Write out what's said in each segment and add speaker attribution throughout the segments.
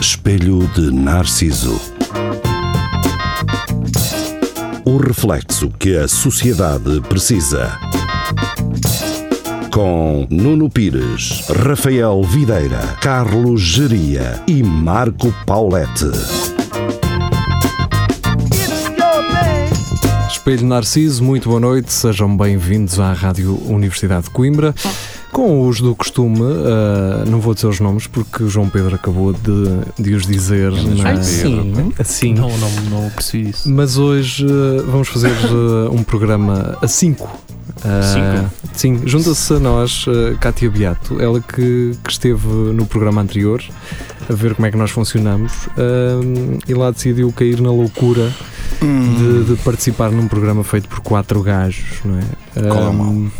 Speaker 1: Espelho de Narciso. O reflexo que a sociedade precisa. Com Nuno Pires, Rafael Videira, Carlos Geria e Marco Paulette.
Speaker 2: Espelho de Narciso, muito boa noite, sejam bem-vindos à Rádio Universidade de Coimbra. Com os do costume, ah, não vou dizer os nomes porque o João Pedro acabou de, de os dizer. na-
Speaker 3: Ai, sim.
Speaker 2: Assim.
Speaker 3: Não, não, não percebi isso.
Speaker 2: Mas hoje eh, vamos fazer eh, um programa a 5. sim, junta-se a nós eh, Cátia Beato, ela que, que esteve no programa anterior a ver como é que nós funcionamos ah, e lá decidiu cair na loucura de, de participar num programa feito por quatro gajos, não é?
Speaker 4: Qual é o mal? Uhum.
Speaker 2: Ahm,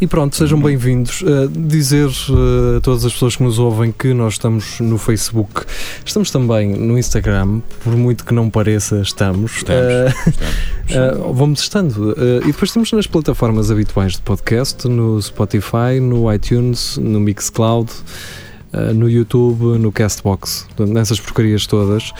Speaker 2: E pronto, sejam bem-vindos. Ah, dizer ah, a todas as pessoas que nos ouvem que nós estamos no Facebook, estamos também no Instagram, por muito que não pareça, estamos.
Speaker 4: Estamos,
Speaker 2: Ah, ah, vamos estando. Ah, e depois estamos nas plataformas habituais de podcast, no Spotify, no iTunes, no Mixcloud. ah, no YouTube, no Castbox, portanto, nessas porcarias todas.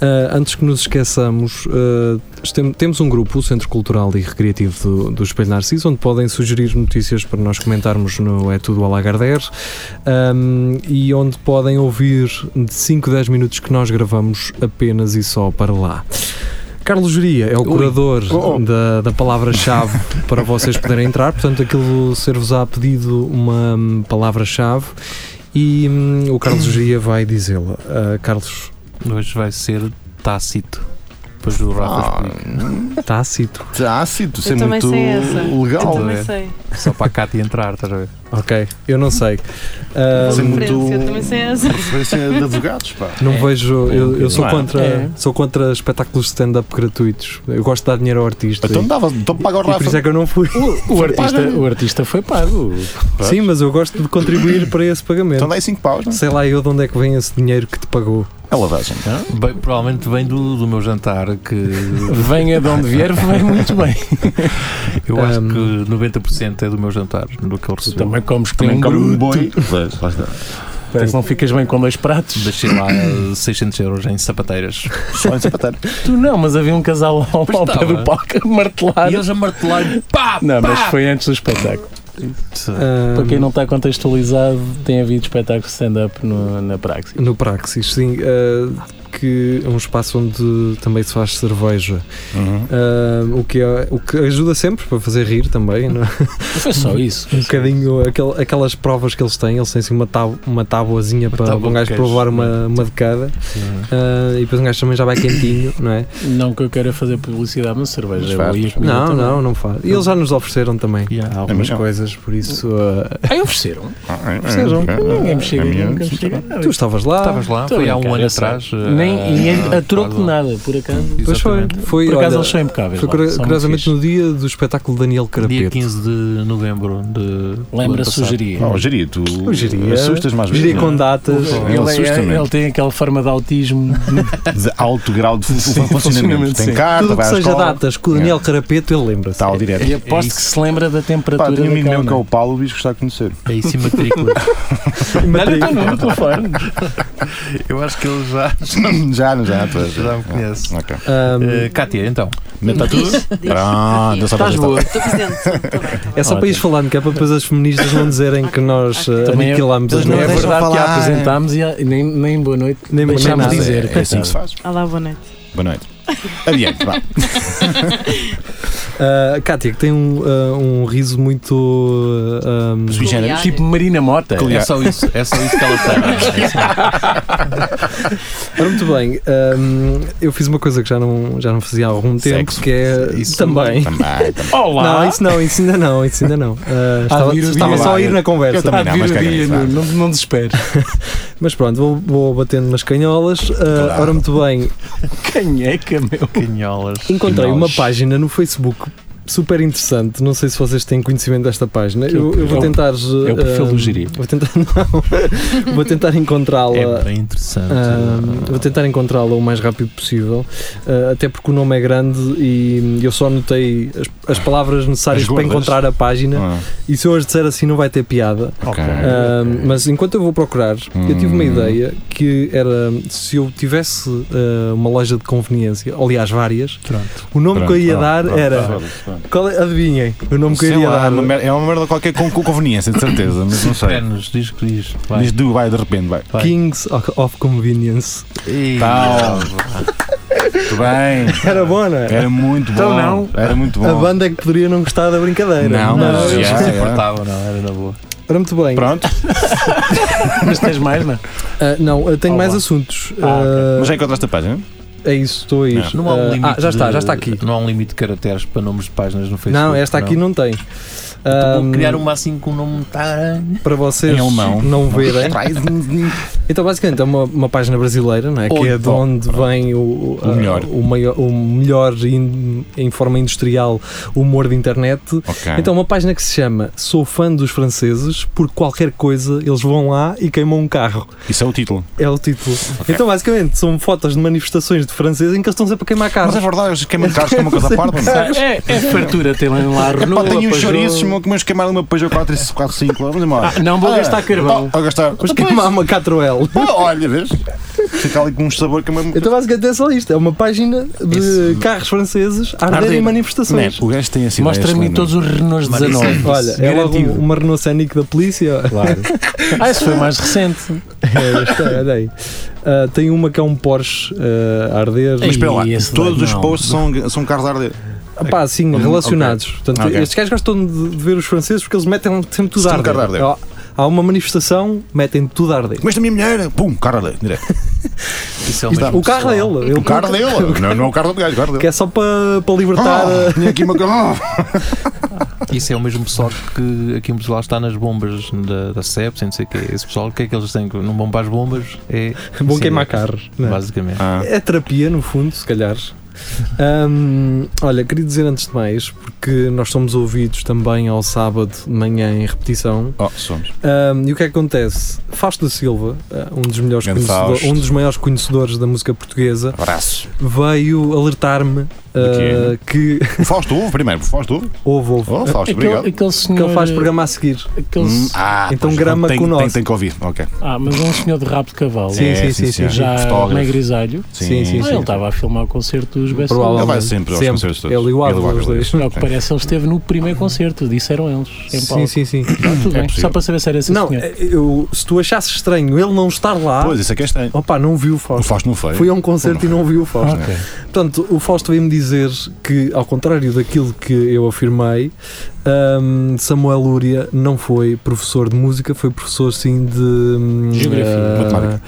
Speaker 2: Ah, antes que nos esqueçamos, ah, estem- temos um grupo, o Centro Cultural e Recreativo do, do Espelho Narciso, onde podem sugerir notícias para nós comentarmos no É Tudo Alagarder ahm, e onde podem ouvir de 5, 10 minutos que nós gravamos apenas e só para lá. Carlos Juria é o curador
Speaker 4: Oh, oh.
Speaker 2: da, da palavra-chave para vocês poderem entrar, portanto, aquilo ser-vos-á pedido uma hum, palavra-chave e hum, o Carlos Juria vai dizê-la. Ah, Carlos
Speaker 3: Hoje vai ser Tácito. Depois do
Speaker 5: Ah.
Speaker 3: Rafa
Speaker 4: Ah,
Speaker 3: explica.
Speaker 2: Tácito.
Speaker 4: Está ácido, isso é
Speaker 6: Eu também
Speaker 4: muito
Speaker 6: sei essa.
Speaker 4: legal.
Speaker 6: Eu
Speaker 3: Paulo,
Speaker 6: também
Speaker 3: é.
Speaker 6: sei.
Speaker 3: Só para a Cátia entrar, estás a ver?
Speaker 2: Ok, eu não sei.
Speaker 4: Isso é
Speaker 2: Ahm,
Speaker 6: Referência,
Speaker 4: muito.
Speaker 6: eu também sei essa.
Speaker 4: Referência de assim, advogados, pá.
Speaker 2: não vejo. Eu, eu sou,
Speaker 4: Não é?
Speaker 2: contra,
Speaker 6: É.
Speaker 2: sou contra espetáculos de stand-up gratuitos. Eu gosto de dar dinheiro ao artista.
Speaker 4: Então
Speaker 2: e,
Speaker 4: dava, então paga o
Speaker 2: e por isso
Speaker 4: Rafa.
Speaker 2: é que eu não fui.
Speaker 5: O, o artista,
Speaker 4: pago, não é?
Speaker 5: o artista foi pago.
Speaker 2: Sim, mas eu gosto de contribuir para esse
Speaker 4: Então
Speaker 2: pagamento.
Speaker 4: dá aí 5 paus, não é?
Speaker 2: Sei lá eu de onde é que vem esse dinheiro que te pagou.
Speaker 4: É lavagem.
Speaker 3: Bem, provavelmente vem do, do meu jantar, que
Speaker 5: Venha de onde vier, vem muito bem.
Speaker 3: eu acho
Speaker 2: Um,
Speaker 3: que 90% é do meu jantar, do que eu recebi.
Speaker 5: Também comes que
Speaker 4: Também
Speaker 5: nem um
Speaker 4: como um boi.
Speaker 5: bruto.
Speaker 4: Pois, lá está.
Speaker 5: Parece que não ficas bem com dois pratos.
Speaker 3: Deixei lá eh, 600 euros em sapateiras.
Speaker 4: Só em sapateiro.
Speaker 5: Tu não, mas havia um casal ao, ao pé
Speaker 3: estava.
Speaker 5: do palco martelado.
Speaker 3: E eles a martelar pá,
Speaker 5: Não,
Speaker 3: pá!
Speaker 5: mas foi antes do espetáculo.
Speaker 2: Ahm,
Speaker 5: Para quem não está contextualizado, tem havido espetáculo de stand-up no- na Praxis.
Speaker 2: No Praxis, sim. ah, que é um espaço onde também se faz cerveja. Ah, o, que é- o que ajuda sempre para fazer rir também, não é?
Speaker 5: Foi só isso.
Speaker 2: um bocadinho aquel- aquelas provas que eles têm, eles têm assim uma, tábu, uma tabuazinha para
Speaker 3: tábua
Speaker 2: um
Speaker 3: de
Speaker 2: gajo
Speaker 3: queijo,
Speaker 2: provar uma, uma de cada ah, e depois um gajo também já vai quentinho, não é?
Speaker 5: Não que eu queira fazer publicidade, mas cerveja
Speaker 4: Mas
Speaker 5: é
Speaker 4: faz,
Speaker 5: boa e a
Speaker 4: mas
Speaker 5: comida
Speaker 2: Não,
Speaker 5: também.
Speaker 2: não, não faz. E eles já nos ofereceram também
Speaker 3: Yeah.
Speaker 2: algumas
Speaker 4: É, mas não.
Speaker 2: coisas, por isso ah,
Speaker 5: Ah, ofereceram.
Speaker 2: Sejam.
Speaker 5: Ninguém me chega.
Speaker 4: É melhor.
Speaker 5: Ninguém me chega. Ah,
Speaker 2: tu estavas lá.
Speaker 3: Estavas lá,
Speaker 5: Estou
Speaker 3: foi
Speaker 5: bem,
Speaker 3: há um
Speaker 5: cara,
Speaker 3: ano
Speaker 5: eu sei.
Speaker 3: atrás. eh,
Speaker 5: Nem, e a, a troco de
Speaker 3: lá.
Speaker 5: nada, por acaso.
Speaker 2: Pois foi,
Speaker 3: Exatamente.
Speaker 2: foi,
Speaker 5: Por acaso
Speaker 2: olha,
Speaker 5: eles são impecáveis.
Speaker 2: foi
Speaker 5: lá,
Speaker 2: cura-
Speaker 5: são muito
Speaker 2: curiosamente
Speaker 5: fixe.
Speaker 2: no dia do espetáculo de Daniel
Speaker 3: um Dia
Speaker 2: Carapeto.
Speaker 3: 15 de novembro de.
Speaker 5: Lembra
Speaker 3: do ano passado.
Speaker 5: sugeria.
Speaker 4: Oh, Geria, tu
Speaker 2: O Geria-
Speaker 4: assustas mais vezes.
Speaker 2: Diria com
Speaker 4: não é?
Speaker 2: datas.
Speaker 4: Ele
Speaker 5: Ele, é-
Speaker 4: assusta-me.
Speaker 5: ele tem aquela forma de autismo.
Speaker 4: De alto grau de fun-
Speaker 5: Sim,
Speaker 4: funcionamento.
Speaker 5: funcionamento,
Speaker 4: Tem
Speaker 5: sim.
Speaker 4: carta,
Speaker 2: Tudo
Speaker 4: é vai
Speaker 2: que
Speaker 4: à
Speaker 2: seja
Speaker 4: escola. Tá.
Speaker 2: datas com o Daniel Carapeto, ele lembra-se.
Speaker 4: Está ao direto.
Speaker 5: E
Speaker 3: É
Speaker 5: aposto
Speaker 3: isso.
Speaker 5: que se lembra da temperatura. né?
Speaker 4: Pá, tinha um
Speaker 5: da
Speaker 4: amigo meu que é
Speaker 5: cama.
Speaker 4: o Paulo, o bicho que está a conhecer.
Speaker 3: É isso, matrícula.
Speaker 5: Olha, está tá no telefone.
Speaker 3: Eu acho que ele já,
Speaker 4: Já, não, já. tu-
Speaker 3: já me conhece.
Speaker 4: Ok.
Speaker 2: Ahm,
Speaker 3: Eh, Cátia, então.
Speaker 4: Meta tudo?
Speaker 6: Diz, diz. Ah,
Speaker 4: Pronto, eu só
Speaker 5: Estás boa.
Speaker 6: Estou presente. Estou bem, estou bem.
Speaker 2: é só para isto falando, que é para depois as feministas não dizerem que nós ah,
Speaker 5: Também é-
Speaker 2: aniquilamos as
Speaker 4: Eles não
Speaker 5: é
Speaker 2: mulheres.
Speaker 4: deixam
Speaker 5: verdade que a
Speaker 4: falar,
Speaker 5: apresentámos e a- nem, nem boa noite.
Speaker 2: Nem- nem
Speaker 5: deixámos
Speaker 2: nada.
Speaker 5: de dizer.
Speaker 4: É assim que se faz.
Speaker 6: Olá, boa noite.
Speaker 4: Boa noite. Adiante, vá.
Speaker 2: Ah, Cátia, que tem um, ah, um riso muito. ah, um,
Speaker 4: Sui generis.
Speaker 5: Tipo Marina Mota.
Speaker 4: Claro.
Speaker 3: É só isso, é só isso que ela tem.
Speaker 2: ora, muito bem, ah, eu fiz uma coisa que já não, já não fazia há algum tempo,
Speaker 4: Sexo.
Speaker 2: que é.
Speaker 3: Isso
Speaker 2: também.
Speaker 4: Também, também.
Speaker 5: Olá!
Speaker 2: Não, isso não, isso ainda não, isso ainda não. Ah, estava
Speaker 5: vírus,
Speaker 2: estava
Speaker 5: vírus.
Speaker 2: só a ir na
Speaker 4: Eu
Speaker 2: conversa.
Speaker 4: também não, mas
Speaker 5: Há de vir
Speaker 4: caguei,
Speaker 5: o dia,
Speaker 4: vá.
Speaker 5: Nuno, não, não desesperes.
Speaker 2: Mas pronto, vou, vou batendo umas canholas. Ah,
Speaker 4: Claro.
Speaker 2: ora, muito bem,
Speaker 5: Canheca, é meu.
Speaker 3: Canholas.
Speaker 2: encontrei
Speaker 4: Nós.
Speaker 2: uma página no Facebook super interessante. Não sei se vocês têm conhecimento desta página.
Speaker 5: Que é
Speaker 2: Eu,
Speaker 5: o-
Speaker 2: eu vou
Speaker 5: é o-
Speaker 2: tentar.
Speaker 5: é o perfil do
Speaker 2: ah,
Speaker 5: Jiri.
Speaker 2: Vou tentar, não. vou tentar encontrá-la.
Speaker 3: É bem interessante.
Speaker 2: Ahm, vou tentar encontrá-la o mais rápido possível, ah, até porque o nome é grande e eu só anotei as, as palavras necessárias
Speaker 4: As
Speaker 2: para
Speaker 4: gordas.
Speaker 2: encontrar a página.
Speaker 4: Ah,
Speaker 2: E se eu as disser assim, não vai ter piada.
Speaker 4: ok.
Speaker 2: Ahm, mas enquanto eu vou procurar, eu tive uma
Speaker 4: Hum.
Speaker 2: ideia que era se eu tivesse ah, uma loja de conveniência, aliás, várias,
Speaker 3: Pronto.
Speaker 2: o nome
Speaker 4: Pronto,
Speaker 2: que eu ia
Speaker 4: pronto,
Speaker 2: dar
Speaker 4: pronto,
Speaker 2: era.
Speaker 4: foda-se, pronto.
Speaker 2: Qual é- adivinhem, o nome que eu
Speaker 4: Sei
Speaker 2: iria
Speaker 4: lá,
Speaker 2: dar.
Speaker 4: uma merda- É uma merda qualquer com, com conveniência, de certeza, mas não sei.
Speaker 3: Pé-nos, diz que diz. Vai.
Speaker 4: Diz do, vai, de repente, vai.
Speaker 3: Vai.
Speaker 2: Kings of- of Convenience.
Speaker 3: Tá,
Speaker 4: Tal. Muito bem.
Speaker 2: Era bom, não era?
Speaker 4: Era muito bom.
Speaker 3: Então não.
Speaker 4: Era muito
Speaker 2: A
Speaker 4: bom.
Speaker 2: banda é que poderia não gostar da brincadeira.
Speaker 4: Não,
Speaker 3: Não,
Speaker 4: mas-
Speaker 3: eles
Speaker 4: já,
Speaker 3: não se
Speaker 4: já.
Speaker 3: importavam, não, era na boa.
Speaker 2: Ora, muito bem.
Speaker 4: Pronto.
Speaker 5: Mas tens mais, não?
Speaker 2: Ah, não, eu tenho
Speaker 5: Olá.
Speaker 2: mais assuntos.
Speaker 5: Ah, ok.
Speaker 2: Ah,
Speaker 4: Mas já encontraste a página?
Speaker 2: É isso, estou a ir.
Speaker 3: Não há
Speaker 2: Ah,
Speaker 3: um limite.
Speaker 2: ah, já está,
Speaker 3: de-
Speaker 2: já está aqui.
Speaker 3: Não há um limite de caracteres para nomes de páginas no Facebook.
Speaker 2: Não, esta aqui não, tem.
Speaker 3: Então vou
Speaker 2: Ah,
Speaker 3: criar uma assim com um nome taranho.
Speaker 2: Para vocês
Speaker 4: Em alemão.
Speaker 2: não verem.
Speaker 4: Traz-
Speaker 2: Então, basicamente, é uma, uma página brasileira, não é? que é de
Speaker 4: Oh,
Speaker 2: onde vem o, o,
Speaker 4: O melhor.
Speaker 2: o maior- o melhor in- em forma industrial humor de internet.
Speaker 4: Ok.
Speaker 2: Então, uma página que se chama Sou fã dos franceses, por qualquer coisa eles vão lá e queimam um carro.
Speaker 4: Isso é o título.
Speaker 2: É o título. Então, basicamente, são fotos de manifestações de franceses em que eles estão sempre a queimar carros.
Speaker 4: Mas é verdade, eles queimam carros que é uma coisa à parte. não é?
Speaker 5: É, é fartura, tem lá lá a
Speaker 4: Pá,
Speaker 5: Renault.
Speaker 4: tenho
Speaker 5: a
Speaker 4: uns
Speaker 5: Peugeot.
Speaker 4: chouriços, meu, que meus queimaram uma Peugeot 4 e 4, 5. Vamos embora.
Speaker 5: Ah, não, vou
Speaker 4: Ah,
Speaker 5: gastar carvão.
Speaker 4: Ah, a gastar.
Speaker 2: Mas
Speaker 4: Mas
Speaker 2: queimar uma 4L.
Speaker 4: Pá, Oh, olha, vês? Fica ali com um sabor que é mesmo.
Speaker 2: Então basicamente é só isto, é uma página de
Speaker 3: Isso.
Speaker 2: carros franceses a arder
Speaker 4: Arder.
Speaker 2: em
Speaker 4: Man,
Speaker 2: manifestações.
Speaker 4: o gajo tem assim.
Speaker 5: Mostra-me todos os Renaults
Speaker 3: Mas
Speaker 5: 19.
Speaker 3: isso-
Speaker 2: Olha, é logo um-
Speaker 3: Garantido.
Speaker 2: uma Renault Scenic da polícia.
Speaker 5: Claro. Ah, isso foi mais recente.
Speaker 2: É, esta, olha aí. Ah, tem uma que é um Porsche ah, a arder.
Speaker 4: Mas espera lá,
Speaker 5: Ih, esse
Speaker 4: todos
Speaker 5: dá-
Speaker 4: os
Speaker 5: não.
Speaker 4: posts são, são carros a arder.
Speaker 2: Ah, pá, sim, relacionados. Portanto,
Speaker 4: Uhum, Ok.
Speaker 2: estes gajos gostam de, de ver os franceses porque eles metem sempre tudo a
Speaker 4: Sempre
Speaker 2: arder.
Speaker 4: a arder.
Speaker 2: Há- Há uma manifestação, metem tudo a arder.
Speaker 4: Mas da minha mulher, pum, carro a arder. Direto.
Speaker 3: Isso é
Speaker 4: Isto dá-
Speaker 2: O carro é ele. ele
Speaker 4: O carro dele. Não, não é o carro do gajo, o carro
Speaker 2: Que
Speaker 4: dele.
Speaker 2: é só para para libertar.
Speaker 4: Ah, tinha aqui uma. Ah,
Speaker 3: Isso é o mesmo pessoal que aqui em Portugal está nas bombas da, da CEPS, e não sei o quê. Esse pessoal, o que é que eles têm? que Não vão para as bombas? É
Speaker 2: ah, Bom
Speaker 3: Sim,
Speaker 2: queimar carros. não é?
Speaker 3: basicamente.
Speaker 4: Ah.
Speaker 2: É terapia, no fundo, se calhar. Hum, olha, queria dizer antes de mais, porque nós somos ouvidos também ao sábado de manhã em repetição.
Speaker 4: Oh, somos.
Speaker 2: Hum, e o que é que acontece? Fausto da Silva, ah, um dos, melhores
Speaker 4: Grande
Speaker 2: conhecedor-
Speaker 4: Fausto.
Speaker 2: um dos maiores conhecedores da música portuguesa,
Speaker 4: Abraço.
Speaker 2: veio alertar-me ah, que.
Speaker 4: O Fausto ouve primeiro. O Fausto ouve.
Speaker 2: Houve, houve.
Speaker 4: Oh, Fausto,
Speaker 5: Aquele,
Speaker 4: obrigado.
Speaker 5: aquele
Speaker 2: Que
Speaker 5: senhor.
Speaker 2: ele faz programa a seguir.
Speaker 5: aquele-
Speaker 4: Hum, ah,
Speaker 2: Então
Speaker 4: pois,
Speaker 2: grama
Speaker 4: tem,
Speaker 2: com
Speaker 4: tem,
Speaker 2: nós.
Speaker 4: tem que ouvir. Ok.
Speaker 5: Ah, mas é um senhor de rabo de cavalo.
Speaker 2: Sim,
Speaker 4: É,
Speaker 2: sim, sim,
Speaker 4: senhor.
Speaker 2: sim. é
Speaker 5: Já
Speaker 4: Fotógrafo.
Speaker 5: meio grisalho.
Speaker 2: Sim, sim,
Speaker 5: Ah, ele estava a filmar o concerto dos Best
Speaker 2: Provavelmente.
Speaker 5: Of.
Speaker 4: Ele vai sempre aos
Speaker 2: Sempre. É
Speaker 4: concertos todos.
Speaker 2: Ele e o Ávila,
Speaker 4: Ávila,
Speaker 2: os dois.
Speaker 5: Mas, Ao que parece, ele esteve no primeiro concerto, disseram eles. Em
Speaker 2: Sim, É
Speaker 5: palco.
Speaker 2: sim, sim.
Speaker 5: Ah, tudo bem,
Speaker 4: possível.
Speaker 5: só para saber se era esse
Speaker 2: Não, é-
Speaker 5: senhor.
Speaker 2: eu, se tu achasses estranho ele não estar lá,
Speaker 4: Pois, isso é que é estranho.
Speaker 2: opa, não viu o
Speaker 4: O
Speaker 2: Fausto.
Speaker 4: Fausto não foi.
Speaker 2: Fui a um concerto e não vi o Fausto.
Speaker 5: Ok.
Speaker 2: Portanto, o Fausto veio-me dizer que, ao contrário daquilo que eu afirmei, hum, Samuel Lúria não foi professor de música, foi professor sim de. hum,
Speaker 5: Geografia.
Speaker 2: ah,
Speaker 4: Matemática.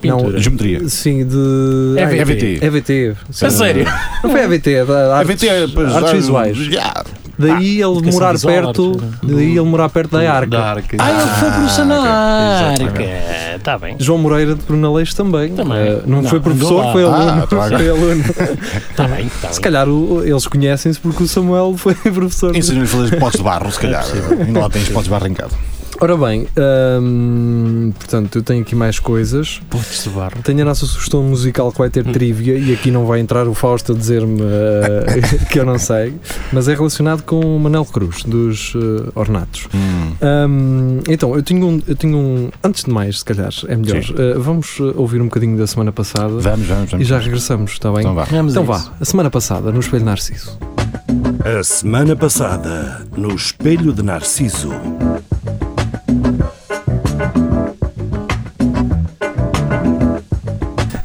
Speaker 5: Pintura.
Speaker 4: Geometria.
Speaker 2: não, sim, de.
Speaker 5: É
Speaker 2: ai,
Speaker 4: EVT.
Speaker 2: EVT.
Speaker 5: A sério?
Speaker 2: Não foi EVT, é da
Speaker 4: A
Speaker 2: artes,
Speaker 4: VT é para
Speaker 2: artes
Speaker 4: ajudar-
Speaker 2: visuais.
Speaker 4: Yeah.
Speaker 2: Daí ele
Speaker 5: Ah, educação
Speaker 2: morar
Speaker 5: visual, né?
Speaker 2: perto.
Speaker 5: artes,
Speaker 2: Daí ele morar perto da
Speaker 3: Da
Speaker 2: Arca.
Speaker 3: arca.
Speaker 5: Ah, ele foi professor na
Speaker 3: ok.
Speaker 5: arca. Está bem.
Speaker 2: João Moreira de Brunaleixo também.
Speaker 5: Também.
Speaker 2: Eh, não,
Speaker 5: Não,
Speaker 2: foi
Speaker 5: andou
Speaker 2: professor,
Speaker 5: lá.
Speaker 2: foi aluno.
Speaker 4: Ah, tá bem.
Speaker 2: foi aluno.
Speaker 5: Está bem, está bem.
Speaker 2: Se calhar o- eles conhecem-se porque o Samuel foi professor. de-
Speaker 4: Ensina-lhe a fazer potes de barro,
Speaker 2: É
Speaker 4: se calhar. Ainda lá tens potes de barro em casa.
Speaker 2: Ora bem, hum, portanto, eu tenho aqui mais coisas.
Speaker 3: Pontes de barro.
Speaker 2: Tenho a nossa sugestão musical que vai ter trivia e aqui não vai entrar o Fausto a dizer-me eh, que eu não sei, mas é relacionado com o Manel Cruz, dos eh, Ornatos. Hum, então, eu tinha, um, eu tinha um. Antes de mais, se calhar, é melhor.
Speaker 4: Sim.
Speaker 2: eh, vamos eh, ouvir um bocadinho da semana passada
Speaker 4: Vamos, vamos,
Speaker 2: e
Speaker 4: vamos.
Speaker 2: já regressamos, está bem?
Speaker 4: Então vá.
Speaker 5: Vamos a
Speaker 2: Então
Speaker 5: isso.
Speaker 2: vá, a semana passada, no Espelho Narciso.
Speaker 1: A semana passada, no Espelho de Narciso.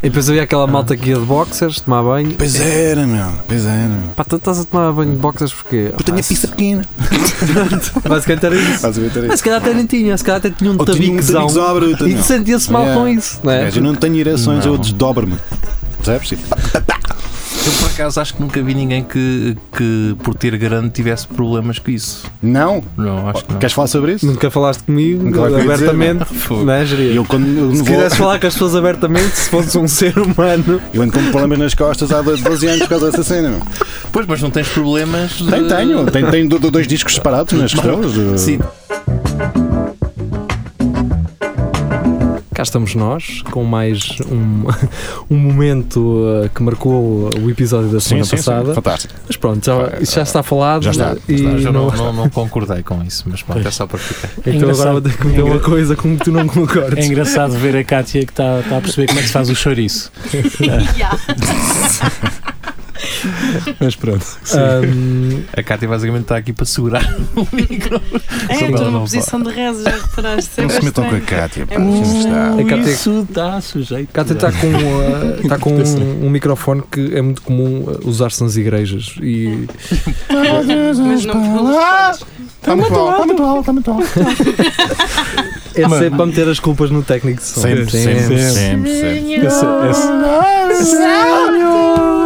Speaker 2: E depois havia aquela malta que ia de boxers, tomar banho.
Speaker 4: Pois era, meu. Pois era. meu.
Speaker 2: Pá, tu estás a tomar banho de boxers porquê?
Speaker 4: Eu tenho a pizza pequena.
Speaker 2: Basicamente era isso.
Speaker 4: Estás a ver?
Speaker 2: Mas se calhar até nem tinha, se calhar até tinha um
Speaker 4: Ou tinha um
Speaker 2: tabiquezão.
Speaker 4: tabique sobre, eu
Speaker 2: E
Speaker 4: tenho-
Speaker 2: sentia-se mal
Speaker 4: Yeah.
Speaker 2: com isso, não é?
Speaker 4: Mas Eu não tenho ereções, eu desdobro-me. Percebes?
Speaker 3: Eu por acaso acho que nunca vi ninguém que, que por ter grande tivesse problemas com isso.
Speaker 4: Não?
Speaker 3: Não, acho que não.
Speaker 4: Queres falar sobre isso?
Speaker 2: Nunca falaste comigo
Speaker 4: um- Nunca vais dizer,
Speaker 2: abertamente,
Speaker 3: Fogo.
Speaker 2: não é, Jeria?
Speaker 4: Eu quando eu
Speaker 2: Se
Speaker 4: não vou-
Speaker 2: quisesse falar com as pessoas abertamente, se fosse um ser humano,
Speaker 4: eu ando com problemas nas costas há 12 anos por causa dessa cena. meu.
Speaker 3: Pois, mas não tens problemas. de-
Speaker 4: Tenho, tenho. Tenho, tenho do- do- dois discos separados nas costelas. eh.
Speaker 3: Sim.
Speaker 2: cá estamos nós, com mais um, um momento uh, que marcou o episódio da semana passada.
Speaker 4: Fantástico.
Speaker 2: Mas pronto, já, isso já está falado. né?
Speaker 4: Já está, já
Speaker 2: e
Speaker 4: está,
Speaker 3: Mas eu
Speaker 2: não-
Speaker 3: não, não, não concordei com isso, mas pronto, é só para ficar.
Speaker 2: Então agora vou ter que meter uma
Speaker 5: Engraçado.
Speaker 2: coisa como tu não
Speaker 5: É
Speaker 2: concordas.
Speaker 5: engraçado ver a Kátia que está está a perceber como é que se faz o chouriço.
Speaker 6: Yeah.
Speaker 5: Mas pronto.
Speaker 2: Ahm,
Speaker 3: A Cátia basicamente está aqui para segurar o micro.
Speaker 6: É, estou
Speaker 3: Não,
Speaker 6: numa
Speaker 3: não
Speaker 6: posição de rezas, já reparaste?
Speaker 4: Não
Speaker 6: É
Speaker 4: se metam com a
Speaker 6: bastante.
Speaker 4: Cátia. pá,
Speaker 6: É muito
Speaker 4: um isso está.
Speaker 2: A Cátia-
Speaker 5: Isso está sujeito.
Speaker 2: Cátia está com, uh, está com um, um microfone que é muito comum uh, usar-se nas igrejas e
Speaker 6: Mas não pelas
Speaker 4: Está Ah! Tá muito alto, está muito alto, está muito alto.
Speaker 2: é sempre para meter as culpas no técnico de som.
Speaker 4: Sempre, sempre, sempre. sempre.
Speaker 5: Essa, essa,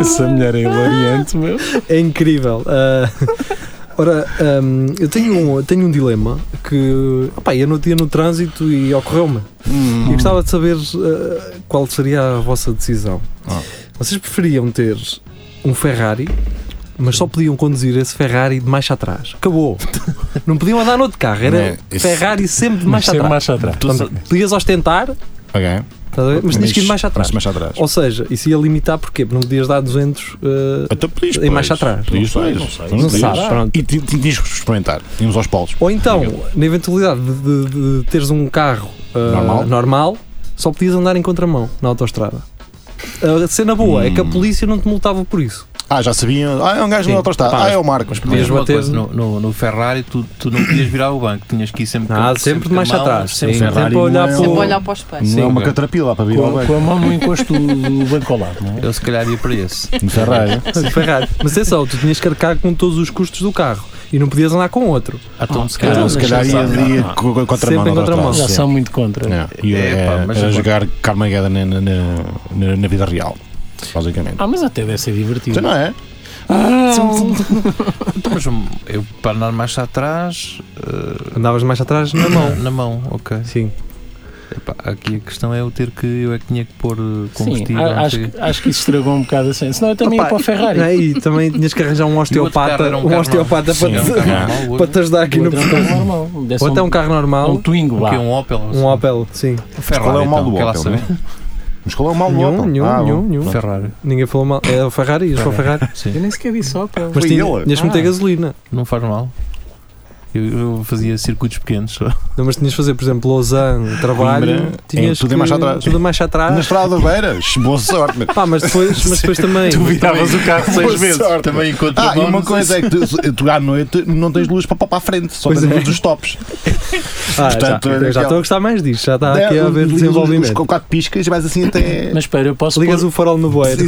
Speaker 5: essa mulher é hilariante, meu.
Speaker 2: É incrível. Ah, ora, ahm, eu tenho um, tenho um dilema que opa, eu não tinha no trânsito e ocorreu-me. E
Speaker 4: Hum.
Speaker 2: gostava de saber ah, qual seria a vossa decisão.
Speaker 4: Ah.
Speaker 2: Vocês preferiam ter um Ferrari, mas só podiam conduzir esse Ferrari de marcha atrás. Acabou. Não podiam andar no outro carro. Era
Speaker 4: Não, isso-
Speaker 2: Ferrari sempre de marcha
Speaker 5: Sempre
Speaker 2: atrás.
Speaker 5: marcha atrás.
Speaker 2: Portanto, podias ostentar,
Speaker 4: Ok.
Speaker 2: estás a ver? mas tinhas que ir de marcha atrás.
Speaker 4: Mas mais atrás.
Speaker 2: Ou seja, isso ia limitar porquê? Porque não podias dar 200 ah,
Speaker 4: Até por isso.
Speaker 2: E mais atrás.
Speaker 4: Então Podias,
Speaker 5: Não sei,
Speaker 4: podias.
Speaker 5: não sei.
Speaker 4: Podias.
Speaker 2: Não sabes, pronto.
Speaker 4: E ti- ti- tinhas que experimentar. Íamos aos polos.
Speaker 2: Ou então, na eventualidade de, de- de teres um carro ah,
Speaker 4: Normal.
Speaker 2: normal, só podias andar em contramão na autostrada. A cena boa é que a polícia não te multava por isso.
Speaker 4: Ah, já sabiam. Ah, é um gajo
Speaker 2: Sim.
Speaker 4: na autostrada.
Speaker 2: Pá,
Speaker 4: Ah, é o Marcos.
Speaker 2: podias
Speaker 3: Mas uma
Speaker 2: bater-
Speaker 3: coisa, no, no, no Ferrari tu, tu não podias virar o banco, tinhas que ir sempre
Speaker 2: Ah, sempre de marcha
Speaker 3: com a mão,
Speaker 2: atrás,
Speaker 3: Sempre,
Speaker 2: sim.
Speaker 3: sempre.
Speaker 2: Ferrari
Speaker 4: não
Speaker 2: olhar
Speaker 4: é
Speaker 2: para
Speaker 4: um-
Speaker 6: Sempre a
Speaker 2: o-
Speaker 6: olhar para os pés.
Speaker 4: Não é uma
Speaker 3: Sim.
Speaker 4: catrapila para vir ao
Speaker 5: Com,
Speaker 4: banco.
Speaker 5: com a mão no encosto do banco ao lado, não é?
Speaker 3: Eu se calhar ia para esse.
Speaker 4: No Ferrari.
Speaker 2: Ferrari. Mas é só, tu tinhas que arcar com todos os custos do carro e não podias andar com outro.
Speaker 5: Ah,
Speaker 3: Então se
Speaker 4: Então,
Speaker 3: calhar.
Speaker 4: se calhar ia, ia co- co- contra
Speaker 2: Sempre em
Speaker 4: mão. na
Speaker 2: contramão.
Speaker 4: autostrada.
Speaker 5: Já
Speaker 4: Sim.
Speaker 5: são muito contra.
Speaker 4: É, e
Speaker 3: É, pá,
Speaker 4: é,
Speaker 3: mas
Speaker 4: era
Speaker 3: agora-
Speaker 4: jogar Carmageddon na, na, na, na vida real, basicamente.
Speaker 5: Ah, mas até deve ser divertido.
Speaker 4: Então não é?
Speaker 5: Ah,
Speaker 3: Então, Mas eu para andar mais atrás. eh,
Speaker 2: Andavas mais atrás na mão.
Speaker 3: Na mão, ok.
Speaker 2: Sim.
Speaker 3: Epá, aqui a questão é eu ter que. Eu é que tinha que pôr eh,
Speaker 5: Sim,
Speaker 3: combustível.
Speaker 5: a-
Speaker 3: não
Speaker 5: acho,
Speaker 3: sei.
Speaker 5: que- acho que isso estragou um bocado a cena. Senão eu também ia
Speaker 2: Opa,
Speaker 5: para o Ferrari.
Speaker 2: né? E também tinhas que arranjar um
Speaker 3: E o outro carro
Speaker 2: osteopata,
Speaker 3: era
Speaker 2: um
Speaker 3: carro
Speaker 2: osteopata para,
Speaker 3: normal. Sim,
Speaker 2: te,
Speaker 3: era um carro normal, o
Speaker 2: para
Speaker 3: outro.
Speaker 2: te ajudar aqui
Speaker 5: Ou
Speaker 2: é no.
Speaker 5: até um carro normal. Desse
Speaker 2: Ou até um carro
Speaker 5: um
Speaker 2: normal,
Speaker 5: Twingo,
Speaker 3: O
Speaker 5: vá.
Speaker 3: quê? Um Opel?
Speaker 2: um Opel, sim.
Speaker 3: Um Ferrari.
Speaker 4: Qual é o mal
Speaker 3: então,
Speaker 4: do
Speaker 3: quer lá
Speaker 4: Opel,
Speaker 3: saber?
Speaker 4: Mas qual é o mal do
Speaker 2: Nenhum,
Speaker 4: Opel?
Speaker 2: nenhum,
Speaker 4: ah, bom.
Speaker 2: nenhum, nenhum.
Speaker 3: Ferrari.
Speaker 2: Ninguém falou mal. É o Ferrari, ias para o Ferrari.
Speaker 3: Sim.
Speaker 5: nem sequer vi só para
Speaker 2: Mas
Speaker 4: Foi
Speaker 2: tinha-
Speaker 4: ele?
Speaker 2: tinhas que meter
Speaker 5: Ah.
Speaker 2: gasolina.
Speaker 3: Não faz mal. Eu, eu fazia circuitos pequenos. só.
Speaker 2: Não, mas tinhas de fazer, por exemplo, Lausanne, trabalho,
Speaker 4: Coimbra,
Speaker 2: tinhas
Speaker 4: em tudo em
Speaker 2: que-
Speaker 4: marcha atrás.
Speaker 2: tudo em marcha atrás.
Speaker 4: Na estrada da beira, boa sorte. meu.
Speaker 2: Pá, mas depois, mas depois também.
Speaker 4: viravas o carro
Speaker 3: Boa sorte. Também encontro
Speaker 4: Ah, e uma coisa é que tu, tu à noite não tens luz para, para, para a frente, só
Speaker 2: Pois
Speaker 4: tens
Speaker 2: é.
Speaker 4: luz dos tops.
Speaker 2: Ah,
Speaker 4: Portanto,
Speaker 2: já,
Speaker 4: era
Speaker 2: eu já
Speaker 4: aquela-
Speaker 2: estou a gostar mais disto, já está Tá aqui
Speaker 4: É,
Speaker 2: a haver
Speaker 4: os- os- Os
Speaker 2: desenvolvimento.
Speaker 4: com quatro piscas e vais assim até.
Speaker 5: Mas espera, eu posso
Speaker 2: Ligas
Speaker 5: pôr,
Speaker 2: o farol no boeiro.